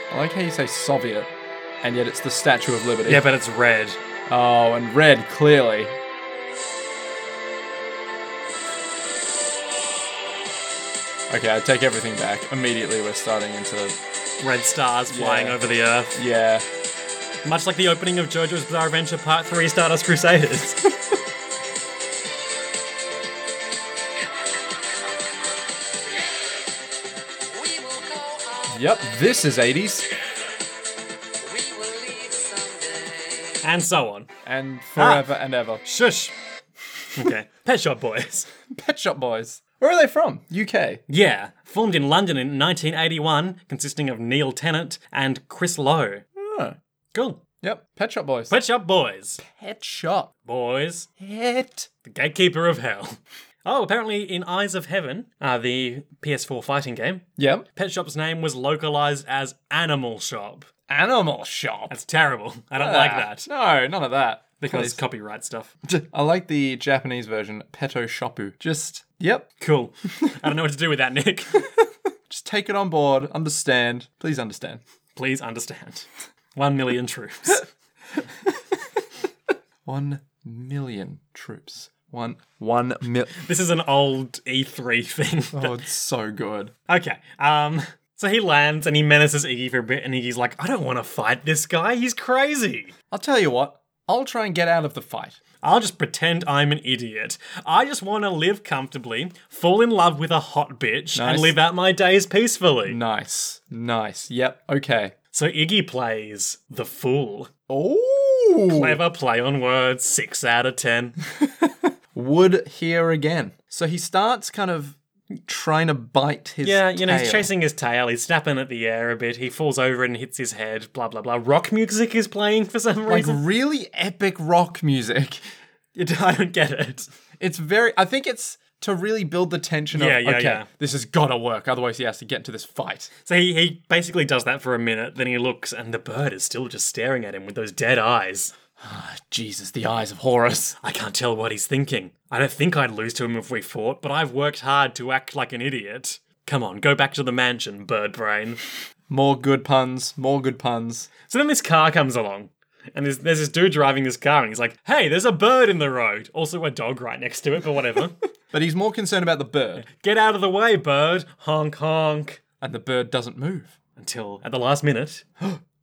[SPEAKER 2] I like how you say Soviet, and yet it's the Statue of Liberty.
[SPEAKER 1] Yeah, but it's red.
[SPEAKER 2] Oh, and red clearly. Okay, I take everything back. Immediately, we're starting into
[SPEAKER 1] Red stars flying
[SPEAKER 2] Yeah.
[SPEAKER 1] over the earth.
[SPEAKER 2] yeah.
[SPEAKER 1] Much like the opening of JoJo's Bizarre Adventure Part 3 Stardust Crusaders.
[SPEAKER 3] We will go out,
[SPEAKER 2] Yep, this is 80s,
[SPEAKER 3] we will leave someday.
[SPEAKER 1] and so on.
[SPEAKER 2] and forever and ever.
[SPEAKER 1] Shush. Okay. Pet Shop Boys.
[SPEAKER 2] Pet Shop Boys. Where are they from? UK.
[SPEAKER 1] Yeah. Formed in London in 1981, consisting of Neil Tennant and Chris Lowe.
[SPEAKER 2] Oh.
[SPEAKER 1] Cool.
[SPEAKER 2] Yep, Pet Shop Boys.
[SPEAKER 1] Pet Shop Boys.
[SPEAKER 2] Pet Shop.
[SPEAKER 1] Boys.
[SPEAKER 2] Pet.
[SPEAKER 1] The Gatekeeper of Hell. Oh, apparently in Eyes of Heaven, uh, the PS4 fighting game,
[SPEAKER 2] Yep.
[SPEAKER 1] Pet Shop's name was localized as Animal Shop.
[SPEAKER 2] Animal Shop.
[SPEAKER 1] That's terrible. I don't like
[SPEAKER 2] Ah,
[SPEAKER 1] that.
[SPEAKER 2] No, none of that.
[SPEAKER 1] Because copyright stuff.
[SPEAKER 2] Please. I like the Japanese version, Peto Shopu. Just, yep.
[SPEAKER 1] Cool. I don't know what to do with that, Nick.
[SPEAKER 2] Just take it on board. Understand. Please understand.
[SPEAKER 1] Please understand. One million troops.
[SPEAKER 2] One million troops. One, one mil.
[SPEAKER 1] This is an old E3 thing.
[SPEAKER 2] Oh, it's so good.
[SPEAKER 1] Okay. Um. So he lands and he menaces Iggy for a bit, and Iggy's like, "I don't want to fight this guy. He's crazy.
[SPEAKER 2] I'll tell you what. I'll try and get out of the fight.
[SPEAKER 1] I'll just pretend I'm an idiot. I just want to live comfortably, fall in love with a hot bitch,
[SPEAKER 2] Nice.
[SPEAKER 1] and live out my days peacefully."
[SPEAKER 2] Nice. Nice. Yep. Okay.
[SPEAKER 1] So Iggy plays the fool.
[SPEAKER 2] Oh.
[SPEAKER 1] Clever play on words. Six out of ten.
[SPEAKER 2] Wood here again. So he starts kind of trying to bite his.
[SPEAKER 1] Yeah, you know, he's
[SPEAKER 2] tail.
[SPEAKER 1] chasing his tail, he's snapping at the air a bit, he falls over and hits his head, blah, blah, blah. Rock music is playing for some
[SPEAKER 2] like
[SPEAKER 1] reason.
[SPEAKER 2] really epic rock music.
[SPEAKER 1] It- I don't get it.
[SPEAKER 2] It's very. I think it's to really build the tension.
[SPEAKER 1] Yeah,
[SPEAKER 2] of,
[SPEAKER 1] yeah,
[SPEAKER 2] okay,
[SPEAKER 1] yeah.
[SPEAKER 2] This has got to work. Otherwise, he has to get into this fight.
[SPEAKER 1] So he, he basically does that for a minute, then he looks, and the bird is still just staring at him with those dead eyes.
[SPEAKER 2] Jesus, the eyes of Horus.
[SPEAKER 1] I can't tell what he's thinking. I don't think I'd lose to him if we fought, but I've worked hard to act like an idiot. Come on, go back to the mansion, bird brain.
[SPEAKER 2] More good puns. More good puns.
[SPEAKER 1] So then this car comes along, and there's, there's this dude driving this car, and he's like, hey, there's a bird in the road. Also, a dog right next to it, but whatever.
[SPEAKER 2] But he's more concerned about the bird,
[SPEAKER 1] Get out of the way, bird! Honk honk!
[SPEAKER 2] and the bird doesn't move.
[SPEAKER 1] Until, at the last minute,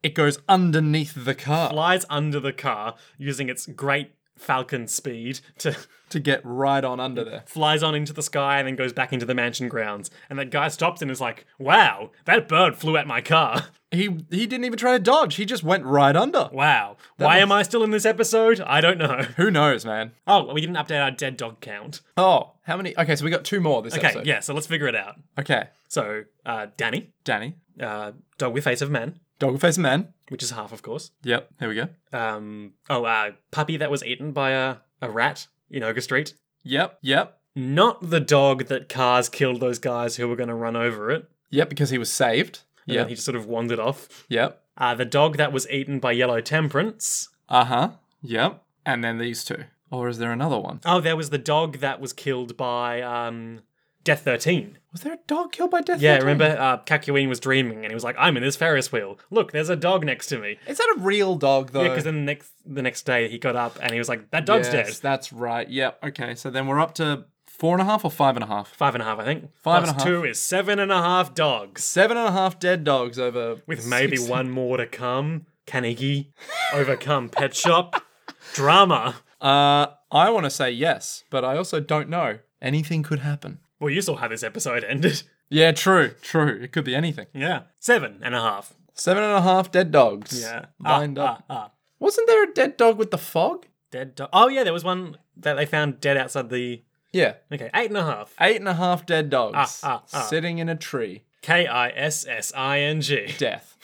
[SPEAKER 2] It goes underneath the car.
[SPEAKER 1] flies under the car using its great falcon speed to
[SPEAKER 2] to get right on under there.
[SPEAKER 1] flies on into the sky and then goes back into the mansion grounds. And that guy stops and is like, "Wow, that bird flew at my car.
[SPEAKER 2] He he didn't even try to dodge. He just went right under.
[SPEAKER 1] Wow. Why am I still in this episode? I don't know."
[SPEAKER 2] Who knows, man?
[SPEAKER 1] Oh, well, we didn't update our dead dog count.
[SPEAKER 2] Oh, how many? Okay, so we got two more this
[SPEAKER 1] Okay,
[SPEAKER 2] episode.
[SPEAKER 1] yeah, so let's figure it out.
[SPEAKER 2] Okay,
[SPEAKER 1] So, uh, Danny,
[SPEAKER 2] Danny,
[SPEAKER 1] uh, dog with face of man,
[SPEAKER 2] dog face man.
[SPEAKER 1] which is half, of course.
[SPEAKER 2] Yep, here we go.
[SPEAKER 1] Um, oh, uh, puppy that was eaten by a, a rat in Ogre Street.
[SPEAKER 2] Yep, yep,
[SPEAKER 1] Not the dog that Cars killed those guys who were going to run over it.
[SPEAKER 2] yep. Because he was saved.
[SPEAKER 1] And
[SPEAKER 2] Yep,
[SPEAKER 1] then he just sort of wandered off.
[SPEAKER 2] yep.
[SPEAKER 1] Uh, the dog that was eaten by Yellow Temperance.
[SPEAKER 2] Uh huh. Yep. And then these two. Or is there another one?
[SPEAKER 1] Oh, there was the dog that was killed by um, Death 13.
[SPEAKER 2] Was there a dog killed by death?
[SPEAKER 1] Yeah,
[SPEAKER 2] 13?
[SPEAKER 1] remember uh, Kakyoin was dreaming and he was like, I'm in this Ferris wheel. Look, there's a dog next to me.
[SPEAKER 2] Is that a real dog though?
[SPEAKER 1] Yeah, because then the next the next day he got up and he was like, "That dog's
[SPEAKER 2] Yes,
[SPEAKER 1] dead."
[SPEAKER 2] That's right. Yep. Okay. So then we're up to four and a half or five and a half.
[SPEAKER 1] Five and a half, I think.
[SPEAKER 2] Five and
[SPEAKER 1] Plus
[SPEAKER 2] a half.
[SPEAKER 1] two is seven and a half dogs,
[SPEAKER 2] Seven and a half dead dogs over.
[SPEAKER 1] with maybe
[SPEAKER 2] six-
[SPEAKER 1] one more to come. Kanigi, overcome pet shop, drama.
[SPEAKER 2] Uh, I want to say yes, but I also don't know. Anything could happen.
[SPEAKER 1] Well, you saw how this episode ended.
[SPEAKER 2] Yeah, true, true. It could be anything.
[SPEAKER 1] Yeah, seven and a half.
[SPEAKER 2] Seven and a half dead dogs.
[SPEAKER 1] Yeah,
[SPEAKER 2] Lined
[SPEAKER 1] Ah,
[SPEAKER 2] up.
[SPEAKER 1] ah, ah.
[SPEAKER 2] Wasn't there a dead dog with the fog?
[SPEAKER 1] Dead dog. Oh yeah, there was one that they found dead outside the.
[SPEAKER 2] Yeah.
[SPEAKER 1] Okay, eight and a half.
[SPEAKER 2] Eight and a half dead dogs
[SPEAKER 1] ah, ah.
[SPEAKER 2] sitting in a tree.
[SPEAKER 1] K i s s i n g.
[SPEAKER 2] Death.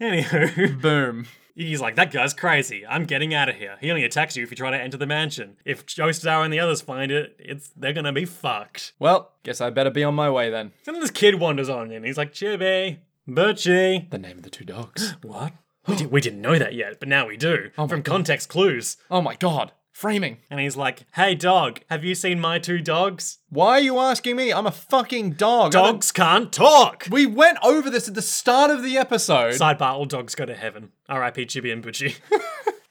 [SPEAKER 1] Anywho.
[SPEAKER 2] Boom.
[SPEAKER 1] He's like, that guy's crazy. I'm getting out of here. He only attacks you if you try to enter the mansion. If Joestar and the others find it, it's they're gonna be fucked.
[SPEAKER 2] Well, guess I better be on my way then.
[SPEAKER 1] So then this kid wanders on in. He's like, Chibi, Birchie.
[SPEAKER 2] The name of the two dogs.
[SPEAKER 1] What? We, did, we didn't know that yet, but now we do. from context clues.
[SPEAKER 2] oh my god. Framing.
[SPEAKER 1] And he's like, hey dog, have you seen my two dogs?
[SPEAKER 2] Why are you asking me? I'm a fucking dog. I don't-
[SPEAKER 1] Dogs can't talk!
[SPEAKER 2] We went over this at the start of the episode.
[SPEAKER 1] Sidebar, all dogs go to heaven. R.I.P. Chibi and Butchie.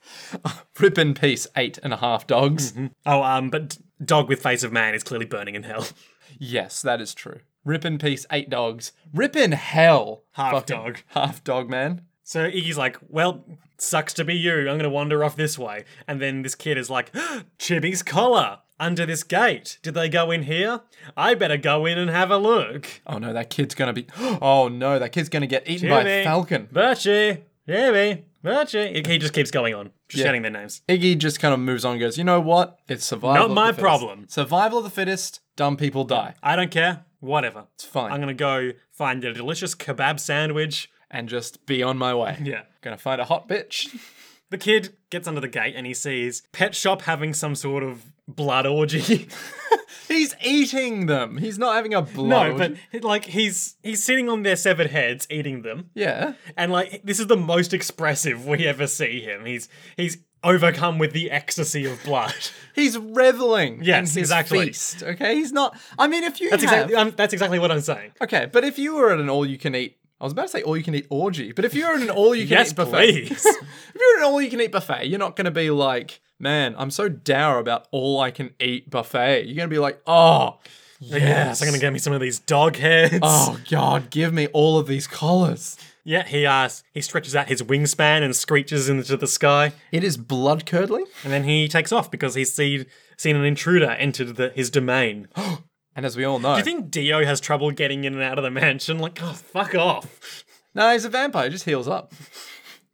[SPEAKER 2] Rip in peace, eight and a half dogs.
[SPEAKER 1] oh, um, but dog with face of man is clearly burning in hell.
[SPEAKER 2] Yes, that is true. Rip in peace, eight dogs. Rip in hell.
[SPEAKER 1] Half
[SPEAKER 2] Fucking
[SPEAKER 1] dog.
[SPEAKER 2] Half dog, man.
[SPEAKER 1] So Iggy's like, well, sucks to be you. I'm going to wander off this way. And then this kid is like, "Ah, Chibi's collar under this gate. Did they go in here? I better go in and have a look.
[SPEAKER 2] Oh no, that kid's gonna be. Oh no, that kid's gonna get eaten by a
[SPEAKER 1] Jimmy.
[SPEAKER 2] falcon.
[SPEAKER 1] Birchie, Chibi, Birchie. He just keeps going on, just shouting their names.
[SPEAKER 2] Iggy just kind of moves on and goes, you know what? It's survival.
[SPEAKER 1] Not
[SPEAKER 2] of the
[SPEAKER 1] my
[SPEAKER 2] fittest."
[SPEAKER 1] problem.
[SPEAKER 2] Survival of the fittest, dumb people die.
[SPEAKER 1] I don't care. Whatever.
[SPEAKER 2] It's fine.
[SPEAKER 1] I'm going to go find a delicious kebab sandwich.
[SPEAKER 2] And just be on my way.
[SPEAKER 1] Yeah.
[SPEAKER 2] Gonna find a hot bitch.
[SPEAKER 1] The kid gets under the gate and he sees Pet Shop having some sort of blood orgy.
[SPEAKER 2] He's eating them. He's not having a
[SPEAKER 1] no,
[SPEAKER 2] blow.
[SPEAKER 1] but like he's he's sitting on their severed heads eating them.
[SPEAKER 2] Yeah.
[SPEAKER 1] and like this is the most expressive we ever see him. He's he's overcome with the ecstasy of blood.
[SPEAKER 2] He's reveling in
[SPEAKER 1] Yes,
[SPEAKER 2] his
[SPEAKER 1] exactly.
[SPEAKER 2] feast. Okay, he's not. I mean, if you
[SPEAKER 1] That's
[SPEAKER 2] have,
[SPEAKER 1] exactly um, that's exactly what I'm saying.
[SPEAKER 2] okay, but if you were at an all-you-can-eat, I was about to say all-you-can-eat orgy, but if you're at an all-you-can-eat
[SPEAKER 1] Yes,
[SPEAKER 2] buffet,
[SPEAKER 1] please.
[SPEAKER 2] if you're at an all-you-can-eat buffet, you're not going to be like, man, I'm so dour about all-I-can-eat buffet. You're going to be like, oh, yes,
[SPEAKER 1] yes, I'm gonna get me some of these dog heads.
[SPEAKER 2] Oh God, give me all of these collars.
[SPEAKER 1] Yeah, he uh, he stretches out his wingspan and screeches into the sky,
[SPEAKER 2] It is blood curdling,
[SPEAKER 1] and then he takes off because he's seen seen an intruder enter the, his domain. Do
[SPEAKER 2] and as we all know,
[SPEAKER 1] you think Dio has trouble getting in and out of the mansion? Like, oh, fuck off.
[SPEAKER 2] no, he's a vampire. He just heals up.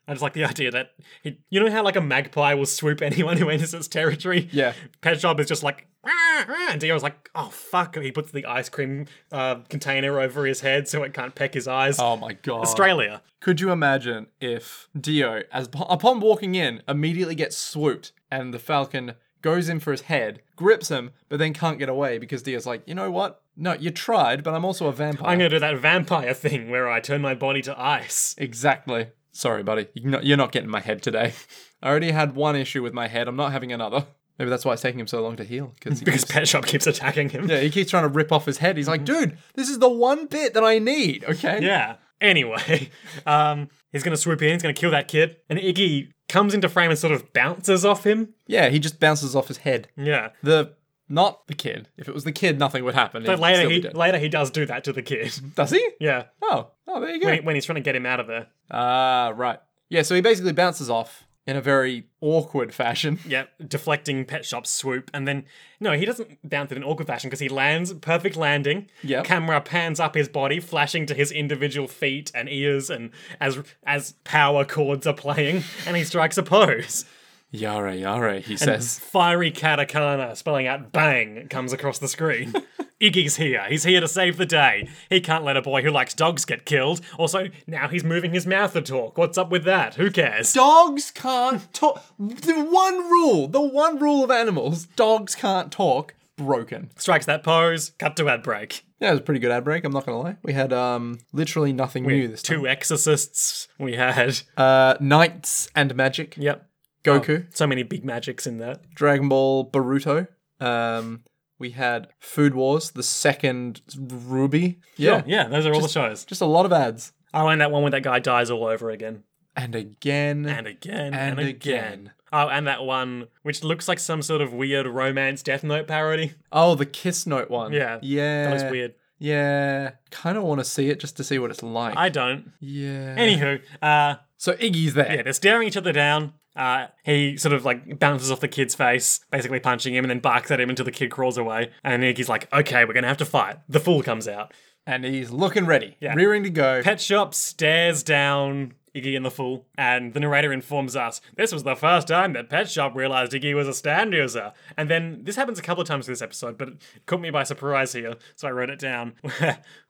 [SPEAKER 1] I just like the idea that he, you know how like a magpie will swoop anyone who enters its territory.
[SPEAKER 2] Yeah.
[SPEAKER 1] Pet Shop is just like, "Rah, rah," and Dio's like, oh fuck. He puts the ice cream uh, container over his head so it can't peck his eyes.
[SPEAKER 2] Oh my God,
[SPEAKER 1] Australia.
[SPEAKER 2] Could you imagine if Dio, as upon walking in, immediately gets swooped and the Falcon goes in for his head, grips him, but then can't get away because Dio's like, you know what? No, you tried, but I'm also a vampire.
[SPEAKER 1] I'm gonna do that vampire thing where I turn my body to ice.
[SPEAKER 2] exactly. Sorry, buddy. You're not, you're not getting my head today. I already had one issue with my head. I'm not having another. Maybe that's why it's taking him so long to heal. Because he,
[SPEAKER 1] Because Pet Shop keeps attacking him.
[SPEAKER 2] yeah, he keeps trying to rip off his head. He's like, dude, this is the one bit that I need. Okay.
[SPEAKER 1] Mm-hmm. Yeah. Anyway, um, he's gonna swoop in, he's gonna kill that kid, and Iggy comes into frame and sort of bounces off him.
[SPEAKER 2] Yeah. He just bounces off his head.
[SPEAKER 1] Yeah.
[SPEAKER 2] The not the kid. If it was the kid, nothing would happen.
[SPEAKER 1] But later he
[SPEAKER 2] did.
[SPEAKER 1] later he does do that to the kid.
[SPEAKER 2] Does he?
[SPEAKER 1] Yeah.
[SPEAKER 2] Oh, oh, there you go.
[SPEAKER 1] When, when he's trying to get him out of there.
[SPEAKER 2] Ah, right. Yeah, so he basically bounces off in a very awkward fashion.
[SPEAKER 1] Yep, deflecting pet shop swoop. And then, no, he doesn't bounce it in an awkward fashion because he lands, perfect landing.
[SPEAKER 2] Yep.
[SPEAKER 1] Camera pans up his body, flashing to his individual feet and ears, and as as power chords are playing, and he strikes a pose.
[SPEAKER 2] Yare, yare, he says.
[SPEAKER 1] Fiery katakana spelling out bang comes across the screen. Iggy's here. He's here to save the day. He can't let a boy who likes dogs get killed. Also, now he's moving his mouth to talk. What's up with that? Who cares?
[SPEAKER 2] Dogs can't talk. The one rule, the one rule of animals, dogs can't talk, broken.
[SPEAKER 1] Strikes that pose. Cut to ad break.
[SPEAKER 2] Yeah, it was a pretty good ad break, I'm not gonna lie. We had um literally nothing new this time.
[SPEAKER 1] Two exorcists we had.
[SPEAKER 2] Uh Knights and Magic,
[SPEAKER 1] Yep.
[SPEAKER 2] Goku,
[SPEAKER 1] So many big magics in that.
[SPEAKER 2] Dragon Ball Baruto. Um we had Food Wars, the second Ruby. Yeah.
[SPEAKER 1] Yeah, yeah those are all the shows.
[SPEAKER 2] Oh, Just a lot of ads.
[SPEAKER 1] I like that one where that guy dies all over again.
[SPEAKER 2] And again.
[SPEAKER 1] And again.
[SPEAKER 2] And
[SPEAKER 1] And, again.
[SPEAKER 2] again.
[SPEAKER 1] Oh, and that one which looks like some sort of weird romance Death Note parody.
[SPEAKER 2] oh, the Kiss Note one.
[SPEAKER 1] Yeah.
[SPEAKER 2] Yeah.
[SPEAKER 1] That looks weird.
[SPEAKER 2] Yeah. Kind of want to see it just to see what it's like.
[SPEAKER 1] I don't.
[SPEAKER 2] yeah.
[SPEAKER 1] Anywho, uh,
[SPEAKER 2] so Iggy's there.
[SPEAKER 1] yeah, they're staring each other down. Uh, he sort of like bounces off the kid's face, basically punching him, and then barks at him until the kid crawls away. And Iggy's like, okay, we're going to have to fight. The fool comes out.
[SPEAKER 2] And he's looking ready,
[SPEAKER 1] Yeah.
[SPEAKER 2] rearing to go.
[SPEAKER 1] Pet Shop stares down Iggy and the Fool, and the narrator informs us this was the first time that Pet Shop realized Iggy was a stand user. And then this happens a couple of times in this episode, but it caught me by surprise here, so I wrote it down.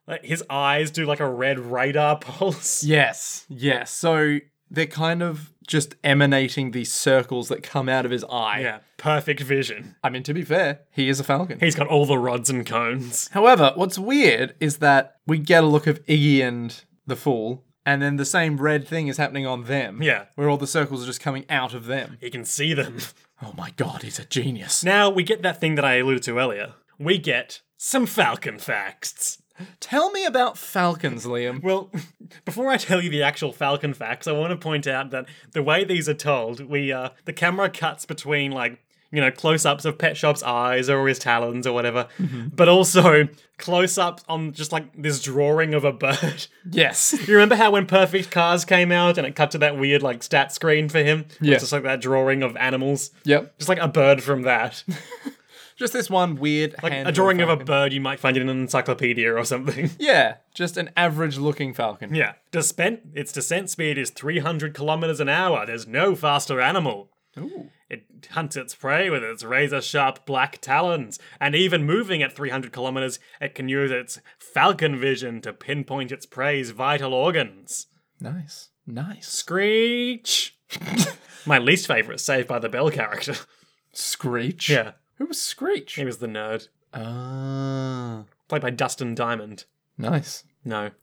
[SPEAKER 1] Like, His eyes do like a red radar pulse.
[SPEAKER 2] yes. Yes. So they're kind of just emanating these circles that come out of his eye.
[SPEAKER 1] Yeah, perfect vision.
[SPEAKER 2] I mean, to be fair, he is a falcon.
[SPEAKER 1] He's got all the rods and cones.
[SPEAKER 2] However, what's weird is that we get a look of Iggy and the Fool, and then the same red thing is happening on them.
[SPEAKER 1] Yeah.
[SPEAKER 2] Where all the circles are just coming out of them.
[SPEAKER 1] He can see them.
[SPEAKER 2] Oh my god, he's a genius.
[SPEAKER 1] Now we get that thing that I alluded to earlier. We get some Falcon facts.
[SPEAKER 2] Tell me about falcons, Liam.
[SPEAKER 1] Well, before I tell you the actual Falcon facts, I want to point out that the way these are told, we uh, the camera cuts between like you know close-ups of Pet Shop's eyes or his talons or whatever,
[SPEAKER 2] Mm-hmm.
[SPEAKER 1] but also close-ups on just like this drawing of a bird.
[SPEAKER 2] Yes.
[SPEAKER 1] you remember how when Perfect Cars came out and it cut to that weird like stat screen for him? It was
[SPEAKER 2] Yeah.
[SPEAKER 1] just like that drawing of animals.
[SPEAKER 2] Yep.
[SPEAKER 1] Just like a bird from that.
[SPEAKER 2] Just this one weird
[SPEAKER 1] Like
[SPEAKER 2] hand
[SPEAKER 1] a drawing of a
[SPEAKER 2] falcon.
[SPEAKER 1] bird you might find in an encyclopedia or something.
[SPEAKER 2] Yeah, just an average looking falcon.
[SPEAKER 1] Yeah. Descent, its descent speed is 300 kilometers an hour. There's no faster animal.
[SPEAKER 2] Ooh.
[SPEAKER 1] It hunts its prey with its razor sharp black talons, and even moving at 300 kilometers, it can use its falcon vision to pinpoint its prey's vital organs.
[SPEAKER 2] Nice. Nice.
[SPEAKER 1] Screech! My least favorite Saved by the Bell character.
[SPEAKER 2] Screech.
[SPEAKER 1] Yeah,
[SPEAKER 2] Who was Screech?
[SPEAKER 1] he was the nerd.
[SPEAKER 2] Ah.
[SPEAKER 1] Played by Dustin Diamond.
[SPEAKER 2] nice.
[SPEAKER 1] No.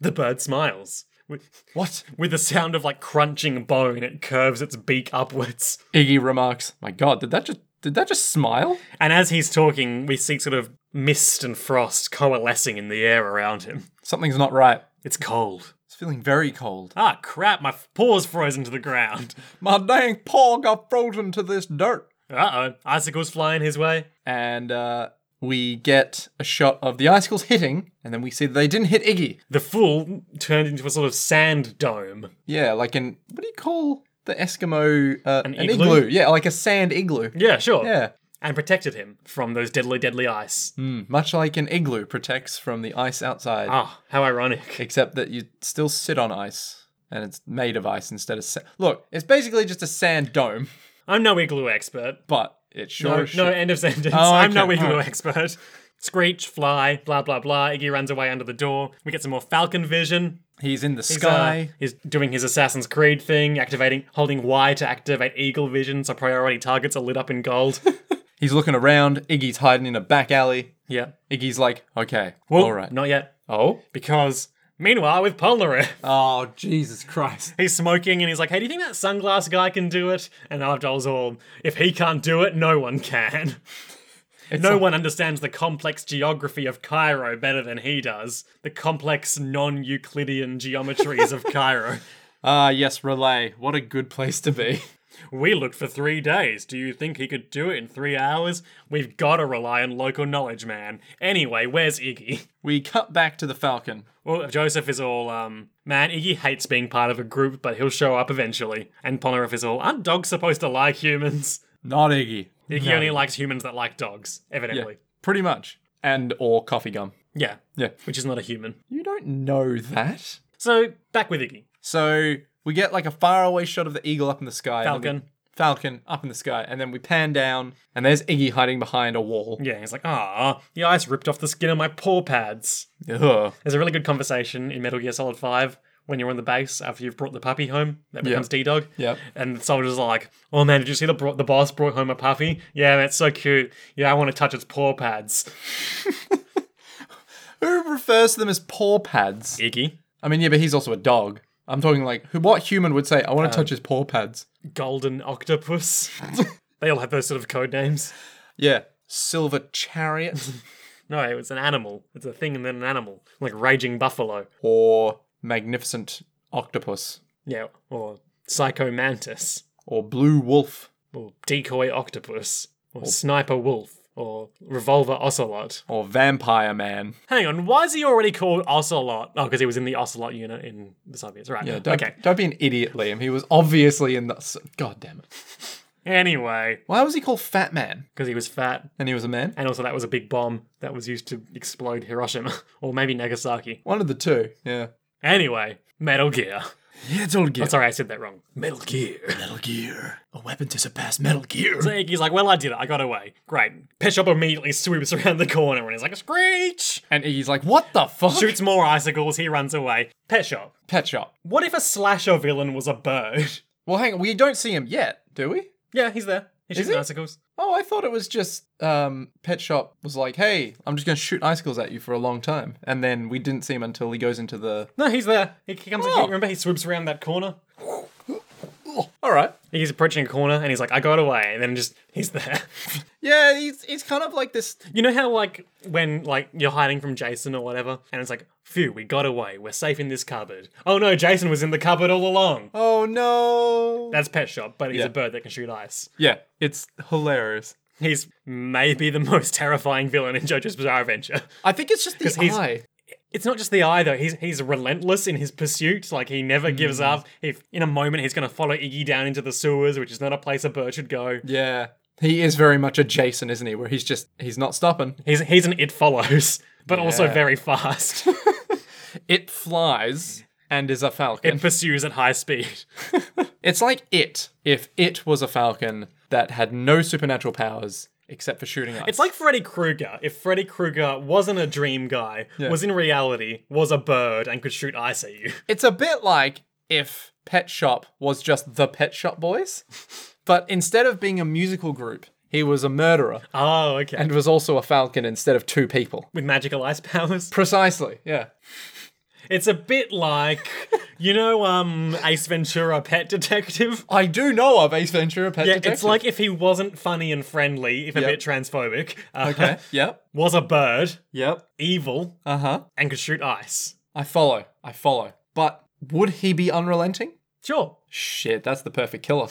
[SPEAKER 1] the bird smiles. With-
[SPEAKER 2] What?
[SPEAKER 1] With the sound of like crunching bone, it curves its beak upwards.
[SPEAKER 2] Iggy remarks, "My God, did that just did that just smile?"
[SPEAKER 1] And as he's talking, we see sort of mist and frost coalescing in the air around him.
[SPEAKER 2] Something's not right.
[SPEAKER 1] It's cold.
[SPEAKER 2] It's feeling very cold.
[SPEAKER 1] Ah, crap, my f- paws frozen to the ground.
[SPEAKER 2] My dang paw got frozen to this dirt.
[SPEAKER 1] Uh oh, icicles flying his way.
[SPEAKER 2] And uh, we get a shot of the icicles hitting, and then we see that they didn't hit Iggy.
[SPEAKER 1] The fool turned into a sort of sand dome.
[SPEAKER 2] Yeah, like an what do you call the Eskimo? Uh, an,
[SPEAKER 1] igloo?
[SPEAKER 2] Yeah, like a sand igloo.
[SPEAKER 1] Yeah, sure.
[SPEAKER 2] Yeah.
[SPEAKER 1] And protected him from those deadly, deadly ice.
[SPEAKER 2] Mm, much like an igloo protects from the ice outside,
[SPEAKER 1] Ah, how ironic.
[SPEAKER 2] except that you still sit on ice and it's made of ice instead of sand. Look, it's basically just a sand dome,
[SPEAKER 1] I'm no igloo expert.
[SPEAKER 2] but it sure
[SPEAKER 1] No, eh,
[SPEAKER 2] as
[SPEAKER 1] no,
[SPEAKER 2] shit-
[SPEAKER 1] end of sentence.
[SPEAKER 2] Oh,
[SPEAKER 1] I'm
[SPEAKER 2] okay,
[SPEAKER 1] no igloo
[SPEAKER 2] alright.
[SPEAKER 1] expert. Screech, fly, blah, blah, blah. Iggy runs away under the door. We get some more falcon vision.
[SPEAKER 2] He's in the
[SPEAKER 1] He's, uh,
[SPEAKER 2] sky.
[SPEAKER 1] He's doing his Assassin's Creed thing, activating, holding Y to activate eagle vision so priority targets are lit up in gold.
[SPEAKER 2] He's looking around. Iggy's hiding in a back alley.
[SPEAKER 1] yeah.
[SPEAKER 2] Iggy's like, okay,
[SPEAKER 1] Well,
[SPEAKER 2] all right.
[SPEAKER 1] Not yet.
[SPEAKER 2] oh?
[SPEAKER 1] Because, meanwhile, with Polnareff,
[SPEAKER 2] Oh, Jesus Christ.
[SPEAKER 1] he's smoking and he's like, hey, do you think that sunglass guy can do it? And Abdul's all, if he can't do it, no one can. no one understands the complex geography of Cairo better than he does. The complex non Euclidean geometries of Cairo.
[SPEAKER 2] Ah, yes, Relay. What a good place to be.
[SPEAKER 1] We looked for three days. Do you think he could do it in three hours? We've got to rely on local knowledge, man. Anyway, where's Iggy?
[SPEAKER 2] We cut back to the Falcon.
[SPEAKER 1] Well, Joseph is all, um, man, Iggy hates being part of a group, but he'll show up eventually. And Polnareff is all, aren't dogs supposed to like humans?
[SPEAKER 2] Not Iggy.
[SPEAKER 1] Iggy only likes humans that like dogs, evidently.
[SPEAKER 2] Pretty much. And or coffee gum.
[SPEAKER 1] Yeah.
[SPEAKER 2] Yeah.
[SPEAKER 1] Which is not a human.
[SPEAKER 2] You don't know that.
[SPEAKER 1] So, back with Iggy.
[SPEAKER 2] So we get like a faraway shot of the eagle up in the sky. and then
[SPEAKER 1] Falcon.
[SPEAKER 2] we- Falcon up in the sky. And then we pan down and there's Iggy hiding behind a wall.
[SPEAKER 1] Yeah, he's like, ah, the ice ripped off the skin of my paw pads.
[SPEAKER 2] Ugh.
[SPEAKER 1] There's a really good conversation in Metal Gear Solid 5 when you're on the base after you've brought the puppy home that becomes D Dog.
[SPEAKER 2] Yep.
[SPEAKER 1] And the soldiers are like, oh man, did you see the, bro- the boss brought home a puppy? Yeah, that's so cute. Yeah, I want to touch its paw pads.
[SPEAKER 2] Who refers to them as paw pads?
[SPEAKER 1] Iggy.
[SPEAKER 2] I mean, yeah, but he's also a dog. I'm talking like, who? what human would say, I want to touch his paw pads?
[SPEAKER 1] Golden Octopus. they all have those sort of code names.
[SPEAKER 2] Yeah. Silver chariot
[SPEAKER 1] No, it's an animal. It's a thing and then an animal. Like Raging Buffalo.
[SPEAKER 2] or magnificent octopus
[SPEAKER 1] Yeah, or Psycho Mantis.
[SPEAKER 2] or blue wolf
[SPEAKER 1] or decoy octopus, or sniper wolf, or revolver ocelot.
[SPEAKER 2] or vampire man.
[SPEAKER 1] Hang on, why is he already called ocelot? Oh, because he was in the ocelot unit in the Soviets, right?
[SPEAKER 2] Yeah, don't,
[SPEAKER 1] okay.
[SPEAKER 2] don't be an idiot, Liam. He was obviously in the. s- God damn it.
[SPEAKER 1] Anyway,
[SPEAKER 2] Why was he called Fat Man?
[SPEAKER 1] because he was fat,
[SPEAKER 2] And he was a man?
[SPEAKER 1] and also that was a big bomb that was used to explode Hiroshima, or maybe Nagasaki.
[SPEAKER 2] One of the two, yeah.
[SPEAKER 1] Anyway, Metal Gear.
[SPEAKER 2] Metal Gear.
[SPEAKER 1] Sorry, I said that wrong. Metal Gear.
[SPEAKER 2] Metal Gear. A weapon to surpass Metal Gear.
[SPEAKER 1] So Iggy's like, well, I did it. I got away. Great. Pet Shop immediately swoops around the corner and he's like, screech!
[SPEAKER 2] And he's like, what the fuck?
[SPEAKER 1] Shoots more icicles. He runs away. Pet Shop.
[SPEAKER 2] Pet Shop.
[SPEAKER 1] What if a slasher villain was a bird?
[SPEAKER 2] Well, hang on. We don't see him yet, do we?
[SPEAKER 1] Yeah, he's there. He's shooting
[SPEAKER 2] he?
[SPEAKER 1] icicles.
[SPEAKER 2] Oh, I thought it was just um, Pet Shop was like, hey, I'm just going to shoot icicles at you for a long time. And then we didn't see him until he goes into the.
[SPEAKER 1] No, he's there. He he comes. he-
[SPEAKER 2] Oh.
[SPEAKER 1] remember, he swoops around that corner.
[SPEAKER 2] All right.
[SPEAKER 1] He's approaching a corner, and he's like, "I got away," and then just he's there.
[SPEAKER 2] Yeah, he's, he's kind of like this.
[SPEAKER 1] you know how like when like you're hiding from Jason or whatever, and it's like, "Phew, we got away. We're safe in this cupboard." Oh no, Jason was in the cupboard all along.
[SPEAKER 2] Oh, no.
[SPEAKER 1] That's Pet Shop, but he's
[SPEAKER 2] Yeah.
[SPEAKER 1] a bird that can shoot ice.
[SPEAKER 2] yeah, it's hilarious.
[SPEAKER 1] He's maybe the most terrifying villain in JoJo's Bizarre Adventure.
[SPEAKER 2] I think it's just the
[SPEAKER 1] he's-
[SPEAKER 2] eye.
[SPEAKER 1] It's not just the eye though. He's he's relentless in his pursuit. Like he never gives up. If in a moment he's going to follow Iggy down into the sewers, which is not a place a bird should go.
[SPEAKER 2] Yeah. He is very much a Jason, isn't he? Where he's just, he's not stopping.
[SPEAKER 1] He's he's an it follows, but also
[SPEAKER 2] Yeah.
[SPEAKER 1] very fast.
[SPEAKER 2] It flies and is a falcon.
[SPEAKER 1] it pursues at high speed.
[SPEAKER 2] It's like it, if it was a falcon that had no supernatural powers except for shooting us.
[SPEAKER 1] It's like Freddy Krueger. If Freddy Krueger wasn't a dream guy, was in reality, was a bird and could shoot ice at you.
[SPEAKER 2] it's a bit like if Pet Shop was just the Pet Shop Boys, but instead of being a musical group, he was a murderer
[SPEAKER 1] Oh, okay.
[SPEAKER 2] and was also a falcon instead of two people.
[SPEAKER 1] With magical ice powers.
[SPEAKER 2] Precisely, yeah.
[SPEAKER 1] It's a bit like you know, um, Ace Ventura Pet Detective.
[SPEAKER 2] I do know of Ace Ventura Pet
[SPEAKER 1] Yeah,
[SPEAKER 2] Detective.
[SPEAKER 1] it's like if he wasn't funny and friendly, if a
[SPEAKER 2] Yep.
[SPEAKER 1] bit transphobic, uh,
[SPEAKER 2] Okay, yep,
[SPEAKER 1] was a bird,
[SPEAKER 2] yep.
[SPEAKER 1] evil,
[SPEAKER 2] Uh huh.
[SPEAKER 1] and could shoot ice.
[SPEAKER 2] I follow, I follow. But would he be unrelenting?
[SPEAKER 1] Sure.
[SPEAKER 2] Shit, that's the perfect killer.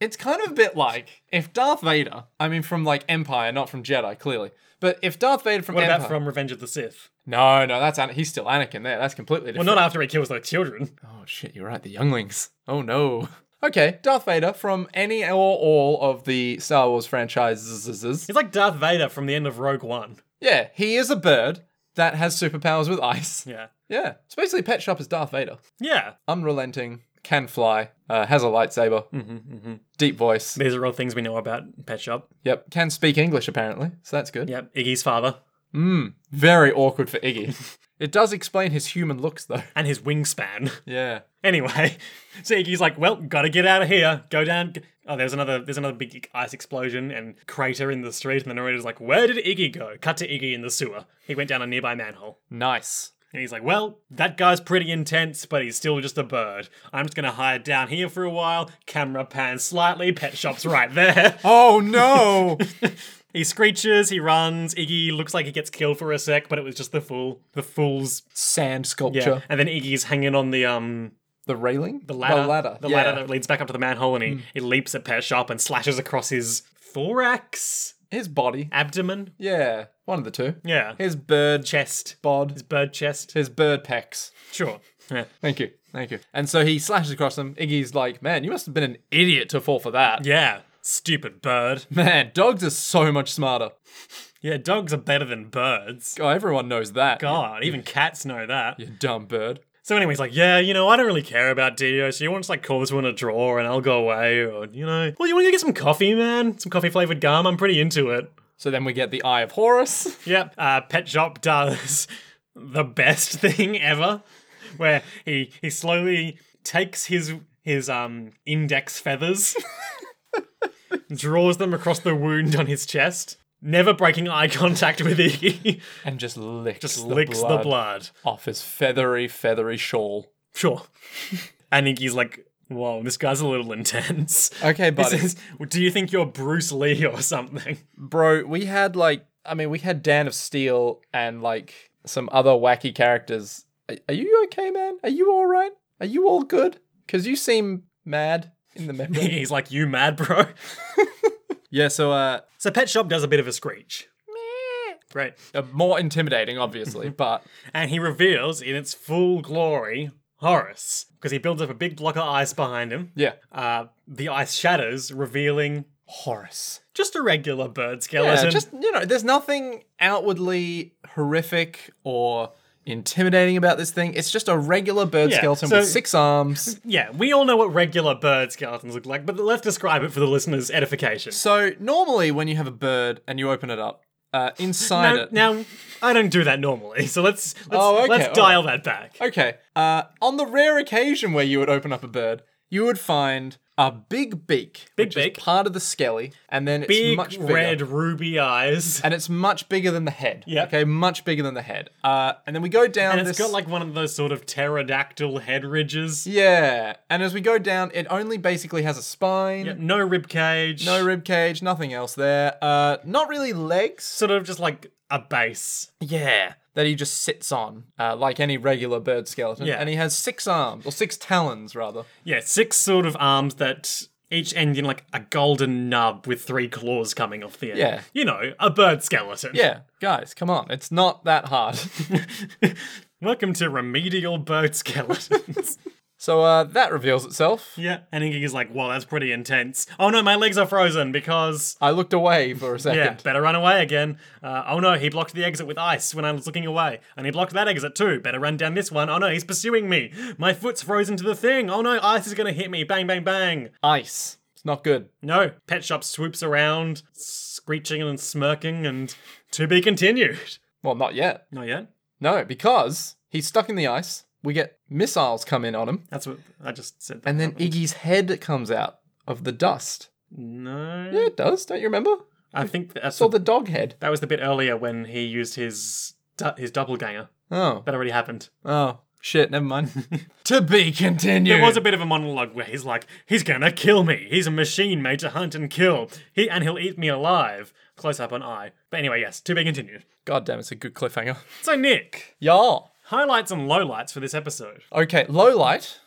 [SPEAKER 2] It's kind of a bit like if Darth Vader, I mean from like Empire, not from Jedi, clearly. But if Darth Vader from
[SPEAKER 1] What
[SPEAKER 2] Empire,
[SPEAKER 1] about from Revenge of the Sith?
[SPEAKER 2] no, no, that's Ana- he's still Anakin there. That's completely
[SPEAKER 1] Well,
[SPEAKER 2] different.
[SPEAKER 1] not after he kills their children.
[SPEAKER 2] oh shit, you're right. The younglings. Oh no. Okay, Darth Vader from any or all of the Star Wars franchises.
[SPEAKER 1] He's like Darth Vader from the end of Rogue One.
[SPEAKER 2] Yeah, he is a bird that has superpowers with ice.
[SPEAKER 1] Yeah.
[SPEAKER 2] Yeah, it's basically Pet Shop is Darth Vader.
[SPEAKER 1] Yeah.
[SPEAKER 2] Unrelenting, can fly, uh, has a lightsaber, mm-hmm. deep voice.
[SPEAKER 1] These are all things we know about Pet Shop.
[SPEAKER 2] Yep, can speak English apparently, so that's good.
[SPEAKER 1] Yep. Iggy's father
[SPEAKER 2] Very awkward for Iggy. it does explain his human looks, though.
[SPEAKER 1] and his wingspan.
[SPEAKER 2] Yeah.
[SPEAKER 1] anyway, so Iggy's like, well, gotta get out of here. Go down. Oh, there's another. There's another big ice explosion and crater in the street. And the narrator's like, where did Iggy go? Cut to Iggy in the sewer. He went down a nearby manhole.
[SPEAKER 2] Nice.
[SPEAKER 1] And he's like, well, that guy's pretty intense, but he's still just a bird. I'm just gonna hide down here for a while. Camera pans slightly. Pet shop's right there.
[SPEAKER 2] Oh no!
[SPEAKER 1] He screeches, he runs, Iggy looks like he gets killed for a sec, but it was just the fool. The fool's
[SPEAKER 2] Sand
[SPEAKER 1] yeah.
[SPEAKER 2] sculpture.
[SPEAKER 1] And then Iggy's hanging on the um
[SPEAKER 2] The railing?
[SPEAKER 1] The ladder.
[SPEAKER 2] The ladder.
[SPEAKER 1] The
[SPEAKER 2] yeah. Mm.
[SPEAKER 1] ladder that leads back up to the manhole and he, he leaps at Pear Sharp and slashes across his thorax,
[SPEAKER 2] His body.
[SPEAKER 1] abdomen.
[SPEAKER 2] Yeah. One of the two.
[SPEAKER 1] Yeah. His
[SPEAKER 2] His bird
[SPEAKER 1] chest.
[SPEAKER 2] bod.
[SPEAKER 1] His bird chest.
[SPEAKER 2] His bird pecs.
[SPEAKER 1] Sure. Yeah.
[SPEAKER 2] Thank you. Thank you. And so he slashes across them. Iggy's like, man, you must have been an idiot to fall for that.
[SPEAKER 1] yeah. Stupid bird.
[SPEAKER 2] Man, dogs are so much smarter.
[SPEAKER 1] Yeah, dogs are better than birds.
[SPEAKER 2] Oh, everyone knows that.
[SPEAKER 1] God, even cats know that.
[SPEAKER 2] You dumb bird.
[SPEAKER 1] So anyway, he's like, yeah, you know, I don't really care about Dio, so you want to like call this one a draw and I'll go away, or you know, well, you want to get some coffee, man, some coffee flavored gum. I'm pretty into it.
[SPEAKER 2] So then we get the Eye of Horus.
[SPEAKER 1] Yep, uh, Pet Shop does the best thing ever, where he he slowly takes his his um index feathers, draws them across the wound on his chest, never breaking eye contact with Iggy,
[SPEAKER 2] And just licks,
[SPEAKER 1] just licks the blood.
[SPEAKER 2] off his feathery, feathery shawl.
[SPEAKER 1] Sure, and Iggy's like. Whoa, this guy's a little intense.
[SPEAKER 2] Okay,
[SPEAKER 1] He
[SPEAKER 2] buddy.
[SPEAKER 1] says, Do you think you're Bruce Lee or something?
[SPEAKER 2] Bro, we had like, I mean, we had Dan of Steel and like some other wacky characters. Are, are you okay, man? Are you all right? Are you all good? Because you seem mad in the memory.
[SPEAKER 1] He's like, You mad, bro?
[SPEAKER 2] yeah, so uh,
[SPEAKER 1] So Pet Shop does a bit of a screech. Right.
[SPEAKER 2] uh, more intimidating, obviously, but
[SPEAKER 1] and he reveals in its full glory Horus because he builds up a big block of ice behind him.
[SPEAKER 2] yeah.
[SPEAKER 1] Uh, the ice shatters, revealing
[SPEAKER 2] Horus.
[SPEAKER 1] just a regular bird
[SPEAKER 2] Yeah,
[SPEAKER 1] skeleton.
[SPEAKER 2] just you know, there's nothing outwardly horrific or intimidating about this thing. It's just a regular bird
[SPEAKER 1] Yeah,
[SPEAKER 2] skeleton
[SPEAKER 1] so-
[SPEAKER 2] with six arms.
[SPEAKER 1] Yeah, we all know what regular bird skeletons look like, but let's describe it for the listeners' edification.
[SPEAKER 2] So normally, when you have a bird and you open it up, uh, inside
[SPEAKER 1] now,
[SPEAKER 2] it.
[SPEAKER 1] now, I don't do that normally, so let's let's,
[SPEAKER 2] Oh, okay,
[SPEAKER 1] let's
[SPEAKER 2] all
[SPEAKER 1] dial that back.
[SPEAKER 2] Okay. Uh, on the rare occasion where you would open up a bird, you would find a big beak,
[SPEAKER 1] Big
[SPEAKER 2] which
[SPEAKER 1] beak.
[SPEAKER 2] is part of the skelly, and then it's
[SPEAKER 1] Big
[SPEAKER 2] much bigger.
[SPEAKER 1] red ruby eyes,
[SPEAKER 2] and it's much bigger than the head.
[SPEAKER 1] Yep.
[SPEAKER 2] Okay, much bigger than the head. Uh, and then we go down.
[SPEAKER 1] and it's
[SPEAKER 2] this...
[SPEAKER 1] got like one of those sort of pterodactyl head ridges.
[SPEAKER 2] Yeah, and as we go down, it only basically has a spine,
[SPEAKER 1] No rib cage.
[SPEAKER 2] no rib cage, nothing else there. Uh, not really legs.
[SPEAKER 1] sort of just like a base.
[SPEAKER 2] Yeah, that he just sits on, uh, like any regular bird skeleton.
[SPEAKER 1] Yeah.
[SPEAKER 2] and he has six arms or six talons rather.
[SPEAKER 1] Yeah, six sort of arms that each end in like a golden nub with three claws coming off the end.
[SPEAKER 2] Yeah.
[SPEAKER 1] You know, a bird skeleton.
[SPEAKER 2] Yeah, guys, come on, it's not that hard.
[SPEAKER 1] Welcome to remedial bird skeletons.
[SPEAKER 2] so uh, that reveals itself.
[SPEAKER 1] yeah. And Iggy's like, well, that's pretty intense. Oh no, my legs are frozen because.
[SPEAKER 2] I looked away for
[SPEAKER 1] Yeah,
[SPEAKER 2] a second.
[SPEAKER 1] better run away again. Uh, oh no, he blocked the exit with ice when I was looking away. And he blocked that exit too. Better run down this one. Oh no, he's pursuing me. My foot's frozen to the thing. Oh no, ice is gonna hit me. Bang, bang, bang.
[SPEAKER 2] Ice. It's not good.
[SPEAKER 1] No, Pet Shop swoops around, screeching and smirking, and to be continued.
[SPEAKER 2] Well, not yet.
[SPEAKER 1] Not yet.
[SPEAKER 2] No, because he's stuck in the ice. We get missiles come in on him.
[SPEAKER 1] That's what I just said.
[SPEAKER 2] And then Iggy's head comes out of the dust.
[SPEAKER 1] no,
[SPEAKER 2] Yeah, it does. Don't you remember?
[SPEAKER 1] I think that's
[SPEAKER 2] Saw the dog head.
[SPEAKER 1] that was the bit earlier when he used his du- his doppelganger.
[SPEAKER 2] Oh.
[SPEAKER 1] That already happened.
[SPEAKER 2] Oh. Shit, never mind. to be continued.
[SPEAKER 1] There was a bit of a monologue where he's like, "He's gonna kill me. He's a machine made to hunt and kill. He and he'll eat me alive." Close up on I. But anyway, yes, to be continued.
[SPEAKER 2] God damn, it's a good cliffhanger.
[SPEAKER 1] So Nick,
[SPEAKER 2] Yeah.
[SPEAKER 1] highlights and lowlights for this episode.
[SPEAKER 2] Okay, low light.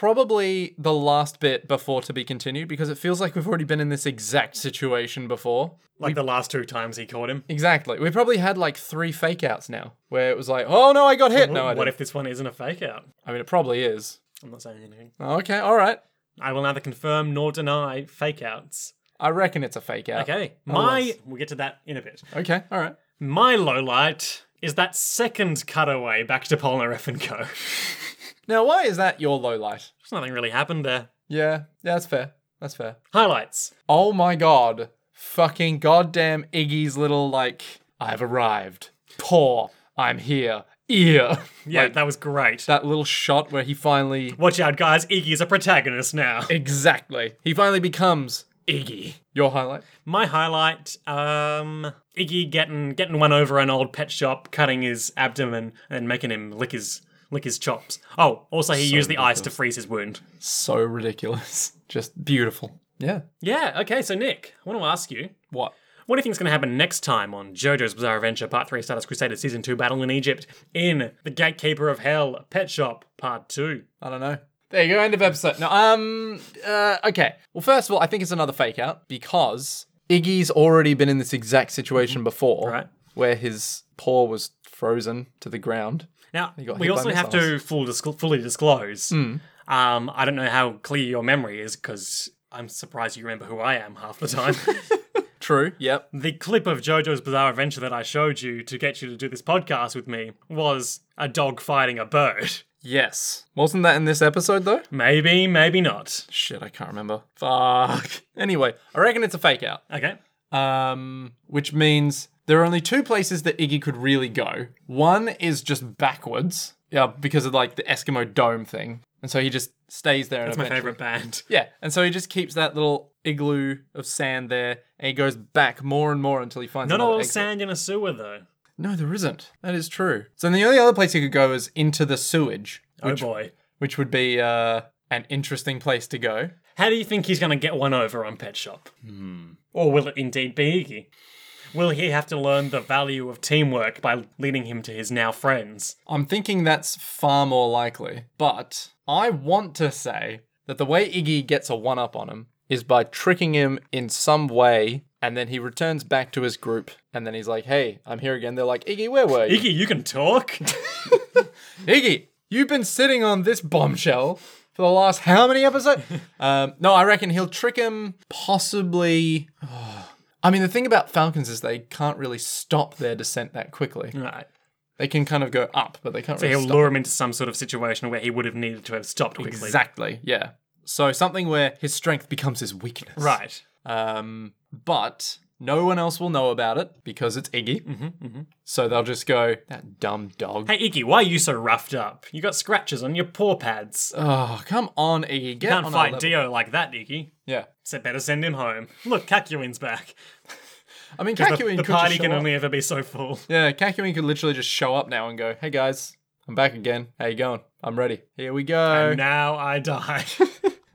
[SPEAKER 2] Probably the last bit before to be continued because it feels like we've already been in this exact situation before.
[SPEAKER 1] Like the last two times he caught him.
[SPEAKER 2] Exactly. We probably had like three fake outs now where it was like, oh no, I got hit. No, I
[SPEAKER 1] Mm-hmm. what
[SPEAKER 2] didn't.
[SPEAKER 1] if this one isn't a fake out?
[SPEAKER 2] I mean, it probably is.
[SPEAKER 1] I'm not saying anything.
[SPEAKER 2] Okay, all right.
[SPEAKER 1] I will neither confirm nor deny fake outs.
[SPEAKER 2] I reckon it's a fake out.
[SPEAKER 1] Okay. My
[SPEAKER 2] Otherwise-
[SPEAKER 1] we'll get to that in a bit.
[SPEAKER 2] Okay, all right.
[SPEAKER 1] My low light is that second cutaway back to Polnareff and Co.
[SPEAKER 2] Now, why is that your low light?
[SPEAKER 1] Just nothing really happened there.
[SPEAKER 2] Yeah, yeah, that's fair. That's fair.
[SPEAKER 1] Highlights.
[SPEAKER 2] Oh my god. Fucking goddamn Iggy's little, like, I've arrived. Paw, I'm here. Ear.
[SPEAKER 1] Yeah,
[SPEAKER 2] Like,
[SPEAKER 1] that was great.
[SPEAKER 2] that little shot where he finally.
[SPEAKER 1] Watch out, guys. Iggy's a protagonist now.
[SPEAKER 2] Exactly. He finally becomes
[SPEAKER 1] Iggy.
[SPEAKER 2] your highlight.
[SPEAKER 1] My highlight, um, Iggy getting getting one over an old pet shop, cutting his abdomen and making him lick his lick his chops. Oh, also he used the ice to freeze his wound.
[SPEAKER 2] So ridiculous. Just beautiful. Yeah.
[SPEAKER 1] Yeah. Okay. So Nick, I want to ask you,
[SPEAKER 2] What?
[SPEAKER 1] What do you think's going to happen next time on JoJo's Bizarre Adventure Part 3 Status Crusader Season 2 Battle in Egypt in The Gatekeeper of Hell Pet Shop Part 2?
[SPEAKER 2] Oh, I don't know. There you go, end of episode. No, um, uh, okay. Well, first of all, I think it's another fake out because Iggy's already been in this exact situation before,
[SPEAKER 1] Right.
[SPEAKER 2] Where his paw was frozen to the ground.
[SPEAKER 1] Now,
[SPEAKER 2] got
[SPEAKER 1] we
[SPEAKER 2] hit by
[SPEAKER 1] also have to
[SPEAKER 2] missiles. Hmm.
[SPEAKER 1] full discl- fully disclose. Um, I don't know how clear your memory is because I'm surprised you remember who I am half the time.
[SPEAKER 2] True. Yep.
[SPEAKER 1] the clip of JoJo's Bizarre Adventure that I showed you to get you to do this podcast with me was a dog fighting a bird.
[SPEAKER 2] Yes. Wasn't that in this episode though?
[SPEAKER 1] Maybe, maybe not.
[SPEAKER 2] Shit, I can't remember. Fuck. Anyway, I reckon it's a fake out.
[SPEAKER 1] Okay.
[SPEAKER 2] Um, which means there are only two places that Iggy could really go. One is just backwards. Yeah, because of like the Eskimo dome thing. And so he just stays there
[SPEAKER 1] That's
[SPEAKER 2] and
[SPEAKER 1] my
[SPEAKER 2] eventually-
[SPEAKER 1] favorite band.
[SPEAKER 2] Yeah, and so he just keeps that little igloo of sand there, and he goes back more and more until he finds
[SPEAKER 1] Not
[SPEAKER 2] another
[SPEAKER 1] all
[SPEAKER 2] exit.
[SPEAKER 1] sand in a sewer, though.
[SPEAKER 2] No, there isn't. That is true. So then the only other place he could go is into the sewage,
[SPEAKER 1] Oh
[SPEAKER 2] which,
[SPEAKER 1] boy.
[SPEAKER 2] which would be uh, an interesting place to go.
[SPEAKER 1] How do you think he's going to get one over on Pet Shop? Hmm. Or will it indeed be Iggy? Will he have to learn the value of teamwork by leading him to his now friends?
[SPEAKER 2] I'm thinking that's far more likely, but I want to say that the way Iggy gets a one up on him is by tricking him in some way, and then he returns back to his group, and then he's like, "Hey, I'm here again." They're like, "Iggy, where were you?"
[SPEAKER 1] Iggy, you can talk?
[SPEAKER 2] Iggy, you've been sitting on this bombshell for the last how many episodes? um, no, I reckon he'll trick him possibly. I mean, the thing about Falcons is they can't really stop their descent that quickly.
[SPEAKER 1] right.
[SPEAKER 2] They can kind of go up, but they can't
[SPEAKER 1] He'll
[SPEAKER 2] really stop.
[SPEAKER 1] lure him into some sort of situation where he would have needed to have stopped quickly.
[SPEAKER 2] Exactly, yeah. So something where his strength becomes his weakness.
[SPEAKER 1] Right.
[SPEAKER 2] Um, but no one else will know about it because it's Iggy. So they'll just go, that dumb dog.
[SPEAKER 1] Mm-hmm, Hey, Iggy, why are you so roughed up? You got scratches on your paw pads.
[SPEAKER 2] Oh, come on, Iggy. Get
[SPEAKER 1] Can't
[SPEAKER 2] on our
[SPEAKER 1] fight
[SPEAKER 2] level.
[SPEAKER 1] Dio like that, Iggy.
[SPEAKER 2] Yeah.
[SPEAKER 1] So better send him home. Look, Kakuin's back.
[SPEAKER 2] I mean,
[SPEAKER 1] The,
[SPEAKER 2] Kakuin
[SPEAKER 1] the
[SPEAKER 2] could
[SPEAKER 1] party
[SPEAKER 2] just
[SPEAKER 1] can
[SPEAKER 2] show up.
[SPEAKER 1] only ever be so full.
[SPEAKER 2] Yeah, Kakuin could literally just show up now and go, "Hey guys, I'm back again. How you going? I'm ready. Here we go."
[SPEAKER 1] Now I die.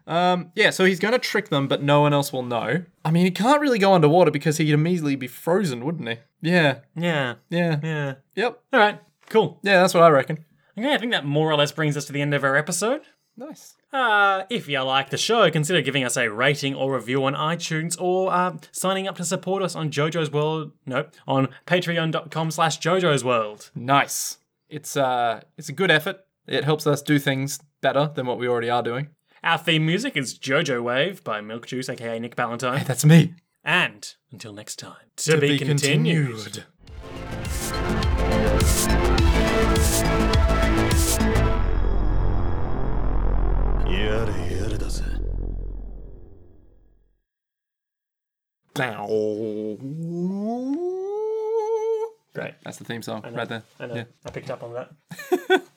[SPEAKER 2] Um, yeah, so he's gonna trick them, but no one else will know. I mean, he can't really go underwater because he'd immediately be frozen, wouldn't he? Yeah,
[SPEAKER 1] yeah.
[SPEAKER 2] yeah,
[SPEAKER 1] Yeah.
[SPEAKER 2] yep,
[SPEAKER 1] All right. Cool.
[SPEAKER 2] yeah. That's what I reckon.
[SPEAKER 1] Okay, I think that more or less brings us to the end of our episode.
[SPEAKER 2] Nice.
[SPEAKER 1] Uh, if you like the show, consider giving us a rating or review on iTunes or uh, signing up to support us on JoJo's World. No, on patreon.com slash JoJo's World.
[SPEAKER 2] Nice. It's uh, it's a good effort. It helps us do things better than what we already are doing.
[SPEAKER 1] Our theme music is JoJo Wave by Milk Juice, aka Nick Ballantyne.
[SPEAKER 2] That's me.
[SPEAKER 1] And until next time, to, be, continued.
[SPEAKER 2] Great. That's the theme song right there.
[SPEAKER 1] I know.
[SPEAKER 2] Yeah.
[SPEAKER 1] I picked up on that.